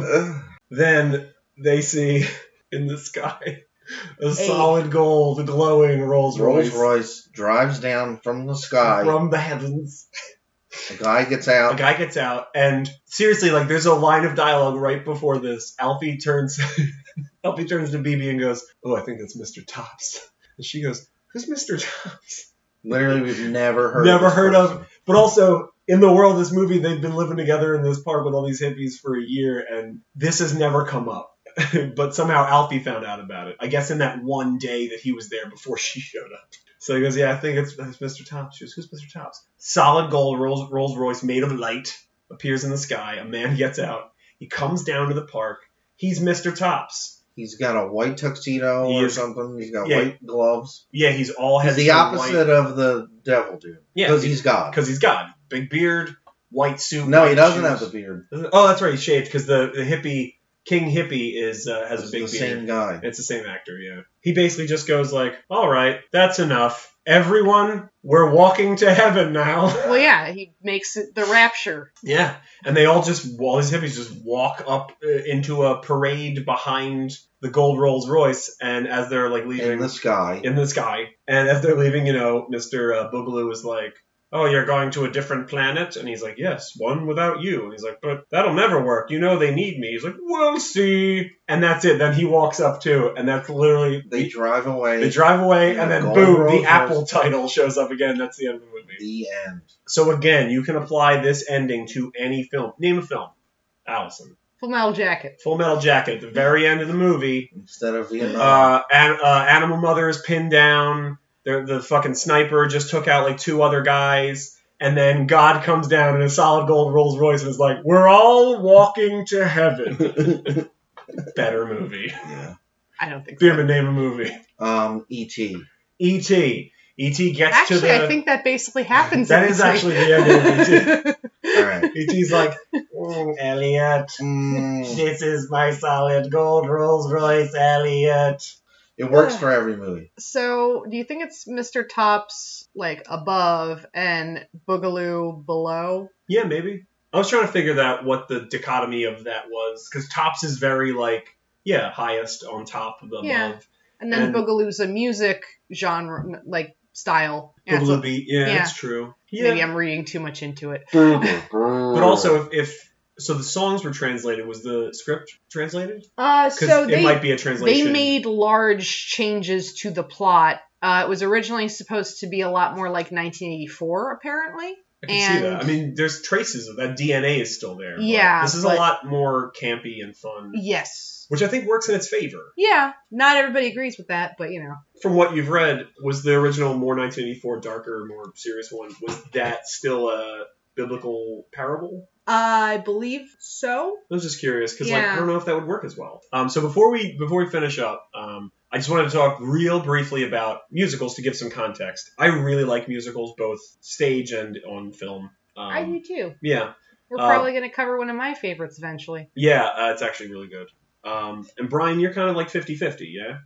Ugh. then they see in the sky a Hey. solid gold, glowing Rolls Rolls Royce Royce drives down from the sky. from the heavens. The guy gets a out. guy gets out, and seriously, like there's a line of dialogue right before this. Alfie turns, Alfie turns to BB and goes, "Oh, I think that's Mr. Tops." And she goes, "Who's Mr. Tops?" Literally, we've never heard. Never of this heard of- person. But also, in the world of this movie, they've been living together in this park with all these hippies for a year, and this has never come up. but somehow Alfie found out about it. I guess in that one day that he was there before she showed up. So he goes, "Yeah, I think it's, it's Mr. Tops." She goes, "Who's Mr. Tops?" Solid gold Rolls Rolls Royce made of light appears in the sky. A man gets out. He comes down to the park. He's Mr. Tops. He's got a white tuxedo He or is- something. He's got yeah. white gloves. Yeah, he's all He's heavy. the and opposite of the devil dude. Yeah, because he's God. because he's God. Big beard, white suit. No, he white doesn't shoes. have the beard. Oh, that's right. He shaved because the, the hippie King Hippie is uh, has It's a big the beard. same guy. It's the same actor. Yeah. He basically just goes like, "All right, that's enough. everyone, we're walking to heaven now. Well, yeah, he makes it the rapture. Yeah, and they all just all these hippies just walk up uh, into a parade behind the gold Rolls Royce, and as they're like leaving in the sky. in the sky, and as they're leaving, you know, Mister uh, Boogaloo is like. Oh, you're going to a different planet? And he's like, Yes, one without you. And he's like, But that'll never work. You know they need me. He's like, We'll see. And that's it. Then he walks up too, and that's literally They drive away. they drive away, and then Gold boom, Rolls the Apple Royce. title shows up again. That's the end of the movie. the end. So again, you can apply this ending to any film. Name a film. Allison. Full Metal Jacket. Full Metal Jacket. The very end of the movie. Instead of Vietnam. Uh, an, uh, animal mother is pinned down. The, the fucking sniper just took out like two other guys. And then God comes down in a solid gold Rolls Royce and is like, "We're all walking to heaven." Better movie. yeah. I don't think Be so. able to name a movie. E Um, E.T. E.T. E.T. gets Actually, to the. I think that basically happens. that in is this actually movie. the end of E.T. All right. E.T.'s E like, "Mm, Elliot, Mm, This is my solid gold Rolls Royce, Elliot. it works for every movie. So, do you think it's Mr. Tops like above and Boogaloo below? Yeah, maybe. I was trying to figure out what the dichotomy of that was, because Tops is very like, yeah, highest on top of above. Yeah. And then And- Boogaloo's a music genre, n- like style. Yeah, Boogaloo so beat, yeah, yeah. that's true. Maybe Yeah, I'm reading too much into it. but but also if, if so, the songs were translated. Was the script translated? Uh, Because so it they might be a they translation. made large changes to the plot. Uh, it was originally supposed to be a lot more like 1984, apparently. I can see and- that. I mean, there's traces of that DNA is still there. but Yeah, this is but- a lot more campy and fun, Yes. which I think works in its favor. Yeah, not everybody agrees with that, but you know. from what you've read, was the original more 1984 darker, more serious one? Was that still a biblical parable? I believe so. I was just curious because like Yeah. I don't know if that would work as well. Um, so before we before we finish up, um, I just wanted to talk real briefly about musicals to give some context. I really like musicals, both stage and on film. Um, I do too. yeah, We're uh, probably going to cover one of my favorites eventually. yeah, uh, it's actually really good. Um, and Brian, you're kind of like 50-50, yeah?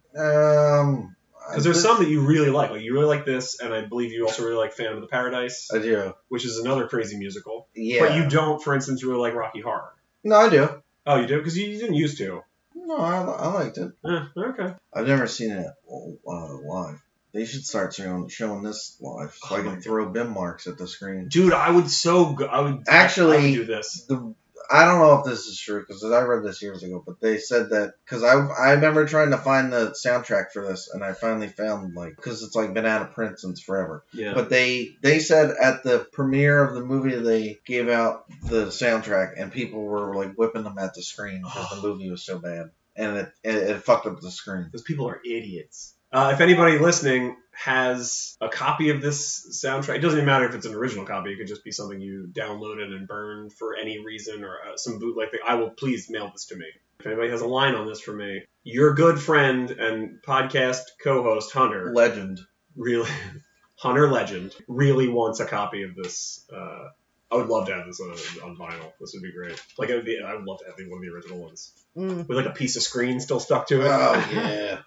um, Because there's some that you really like. Like you really like this, and I believe you also really like Phantom of the Paradise, I do. which is another crazy musical. Yeah. But you don't, for instance, really like Rocky Horror. No, I do. Oh, you do? Because you, you didn't used to. No, I, I liked it. Eh, okay. I've never seen it uh, live. They should start showing, showing this live so Oh I my can God. throw BIM marks at the screen. Dude, I would so go. I would Actually- I would do this. The, I don't know if this is true because I read this years ago, but they said that because I I remember trying to find the soundtrack for this and I finally found like because it's like been out of print since forever. Yeah. But they they said at the premiere of the movie they gave out the soundtrack and people were like whipping them at the screen because the movie was so bad and it, it it fucked up the screen. Those people are idiots. Uh, if anybody listening has a copy of this soundtrack, it doesn't even matter if it's an original copy. It could just be something you downloaded and burned for any reason or uh, some bootleg thing. I will please mail this to me. If anybody has a line on this for me, your good friend and podcast co-host Hunter Legend. really Hunter Legend really wants a copy of this. Uh, I would love to have this on, on vinyl. This would be great. Like I would, be, I would love to have one of the original ones Mm. with like a piece of screen still stuck to it, Oh yeah.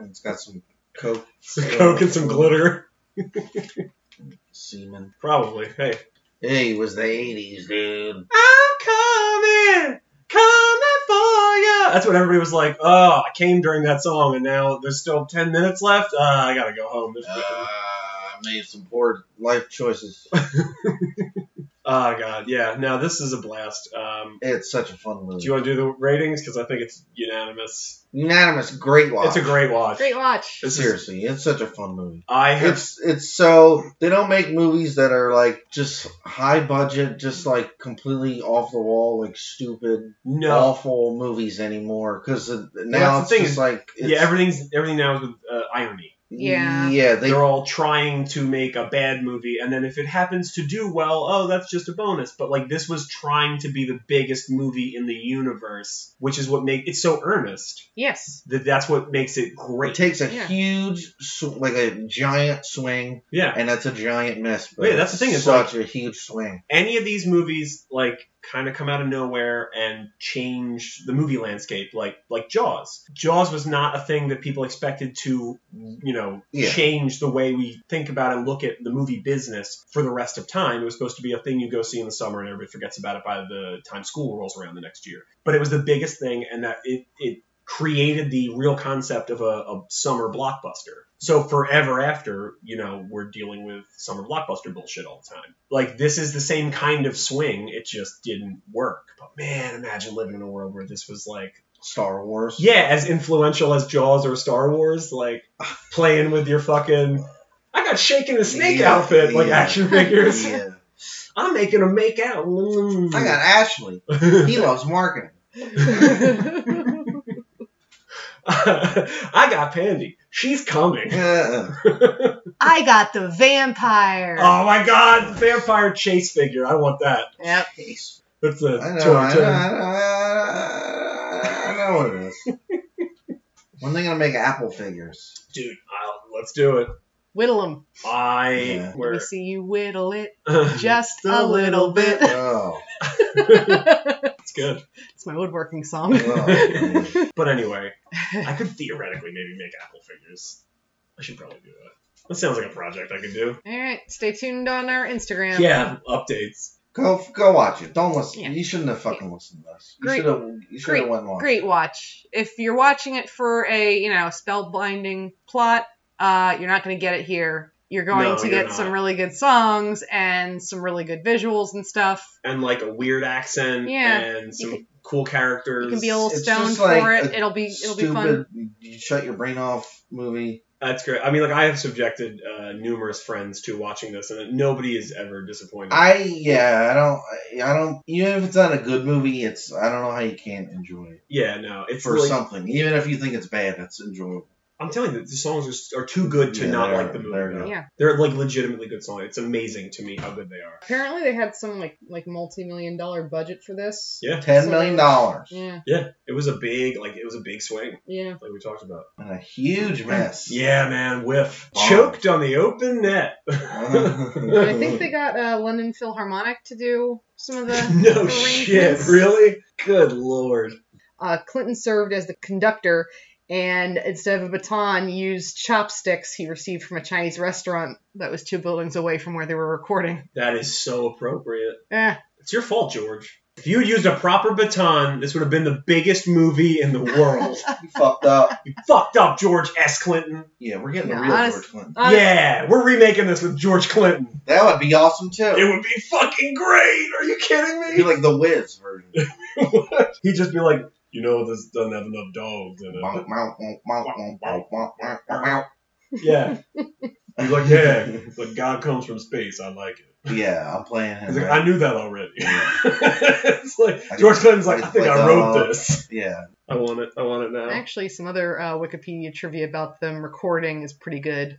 it's got some coke some coke and some glitter. semen. Probably. Hey, Hey, it was the eighties, dude. I'm coming, coming for you. That's what everybody was like. Oh, I came during that song, and now there's still ten minutes left. Uh, I gotta go home. This Uh, freaking- I made some poor life choices. oh god, yeah. Now this is a blast. Um, It's such a fun do movie. you want to do the ratings? Because I think it's unanimous. Unanimous, great watch. It's a great watch. Great watch. This is Seriously, it's such a fun movie. I have It's it's so they don't make movies that are like just high budget, just like completely off the wall, like stupid, no. awful movies anymore. Because that's now the it's thing just is- like it's, Yeah, everything's everything now is with uh, irony. Yeah. yeah, they They, are all trying to make a bad movie, and then if it happens to do well, oh, that's just a bonus. But like this was trying to be the biggest movie in the universe, which is what make it's so earnest Yes. that that's what makes it it great. takes a Yeah. huge, sw- like a giant swing, Yeah, and that's a giant miss. But Yeah, that's the thing, It's it's such a huge swing. any of these movies, like kind of come out of nowhere and change the movie landscape like like Jaws. Jaws was not a thing that people expected to, you know, Yeah. change the way we think about and look at the movie business for the rest of time. It was supposed to be a thing you go see in the summer and everybody forgets about it by the time school rolls around the next year. But it was the biggest thing and that it it created the real concept of a, a summer blockbuster. So forever after, you know, we're dealing with summer blockbuster bullshit all the time. Like this is the same kind of swing, it just didn't work. But man, imagine living in a world where this was like Star Wars. yeah, as influential as Jaws or Star Wars, like playing with your fucking I got shaking a snake Yeah, outfit like yeah. action figures. Yeah. I'm making a make out. Mm. I got Ashley. He loves marketing. I got Pandy. She's coming. Uh-uh. I got the vampire. Oh my god, vampire chase figure. I want that. Yep. Jeez. That's a I know, toy I know, term. I know, I know, I know what it is. When they gonna make Apple figures? Dude, I'll, let's do it. Whittle them. I Yeah. Let me where see you whittle it it's just a little bit. Oh, good. It's my woodworking song. oh. But anyway, I could theoretically maybe make apple figures. I should probably do that. That sounds like a project I could do. All right, stay tuned on our Instagram. Yeah, updates. go go watch it. Don't listen. Yeah. You shouldn't have fucking listened to this. You Great. should have. You should have Great. went and watched. Great watch. If you're watching it for a, you know, spellbinding plot, uh, you're not going to get it here. You're going No, to you're get not. some really good songs and some really good visuals and stuff. And like a weird accent Yeah. and some can- cool characters. You can be a little It's stoned just like for it. a It'll be it'll be fun. Stupid. You shut your brain off. Movie. That's great. I mean, like I have subjected uh, numerous friends to watching this, and nobody is ever disappointed. I yeah. I don't. I I don't. Even if it's not a good movie, it's. I don't know how you can't enjoy it yeah, no, it's for really- something. Even if you think it's bad, it's enjoyable. I'm telling you, the songs are, s- are too good to Yeah, not they like are. the movie. They're good. Yeah. They're like legitimately good songs. It's amazing to me how good they are. Apparently they had some like like multi million dollar budget for this. Yeah. Ten million dollars Yeah. Yeah, it was a big like it was a big swing Yeah. like we talked about. and a huge mess. Yeah, man, whiff Bombs. choked on the open net. Uh-huh. And I think they got uh, London Philharmonic to do some of the no arrangements. shit, really? Good lord. uh, Clinton served as the conductor and instead of a baton used chopsticks he received from a Chinese restaurant that was two buildings away from where they were recording. That is so appropriate. Eh, It's your fault, George. If you had used a proper baton, this would have been the biggest movie in the world. you fucked up. you fucked up, George S. Clinton. Yeah, we're getting No, a real honest- George Clinton. honest- yeah, we're remaking this with George Clinton. That would be awesome too. It would be fucking great. Are you kidding me? It'd be like the Wiz version. He'd just be like, you know, this doesn't have enough dogs in it. Bonk, bonk, bonk, bonk, bonk, bonk, bonk, bonk, bonk. yeah. He's like, yeah, it's like God comes from space. I like it. yeah, I'm playing him. He's like, right? I knew that already. it's like George Clinton's like, uh, I think I wrote this. Yeah, I want it. I want it now. Actually, some other uh, Wikipedia trivia about them recording is pretty good.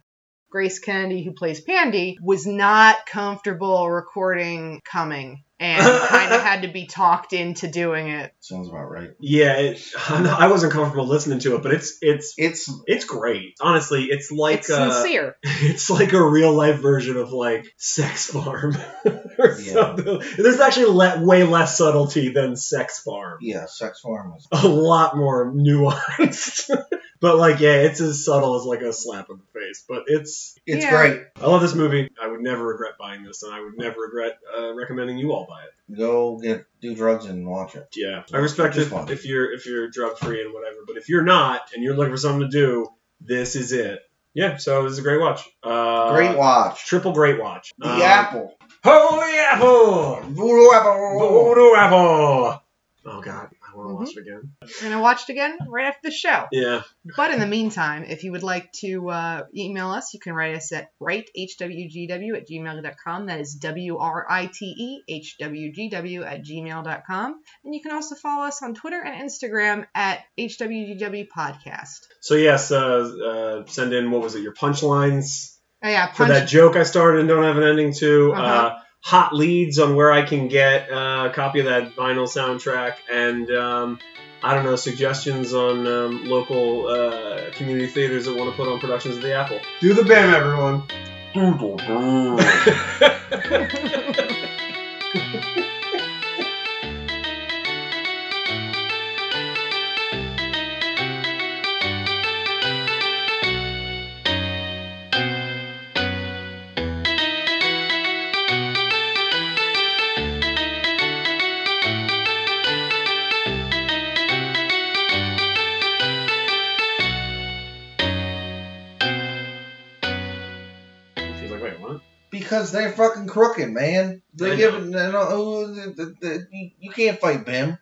Grace Kennedy, who plays Pandy, was not comfortable recording coming and kind of had to be talked into doing it. sounds about right. Yeah, it, I wasn't comfortable listening to it, but it's it's It's it's great. Honestly, it's like it's uh, sincere. it's like a real life version of like Sex Farm or Yeah. something. There's actually le- way less subtlety than Sex Farm. yeah, sex farm is a lot more nuanced. but like, yeah, it's as subtle as like a slap in the face. But it's, it's Yeah. great. I love this movie. I would never regret buying this, and I would never regret uh, recommending you all buy it. Go get do drugs and watch it. Yeah, I respect Just if, watch it. if you're if you're drug free and whatever. But if you're not and you're looking for something to do, this is it. Yeah, so this is a great watch. Uh, Great watch. triple great watch. The Um, apple. holy apple, Voodoo apple. voodoo apple. Oh god, I want to Mm-hmm. watch it again. And I watched again right after the show. Yeah, But in the meantime, if you would like to uh, email us, you can write us at writehwgw at gmail.com. That is W R I T E H W G W at gmail.com. And you can also follow us on Twitter and Instagram at HWGW Podcast. So yes, uh, uh, send in what was it? Your punchlines Oh, yeah, for punch. that joke I started and don't have an ending to. uh Uh-huh. hot leads on where I can get uh, a copy of that vinyl soundtrack, and um, I don't know suggestions on um, local uh, community theaters that want to put on productions of the Apple. Do the bam, everyone. Doodle. All Because they're fucking crooked, man. I They're know. giving. they don't- oh, the- the- the- uh, you- You can't fight Bim.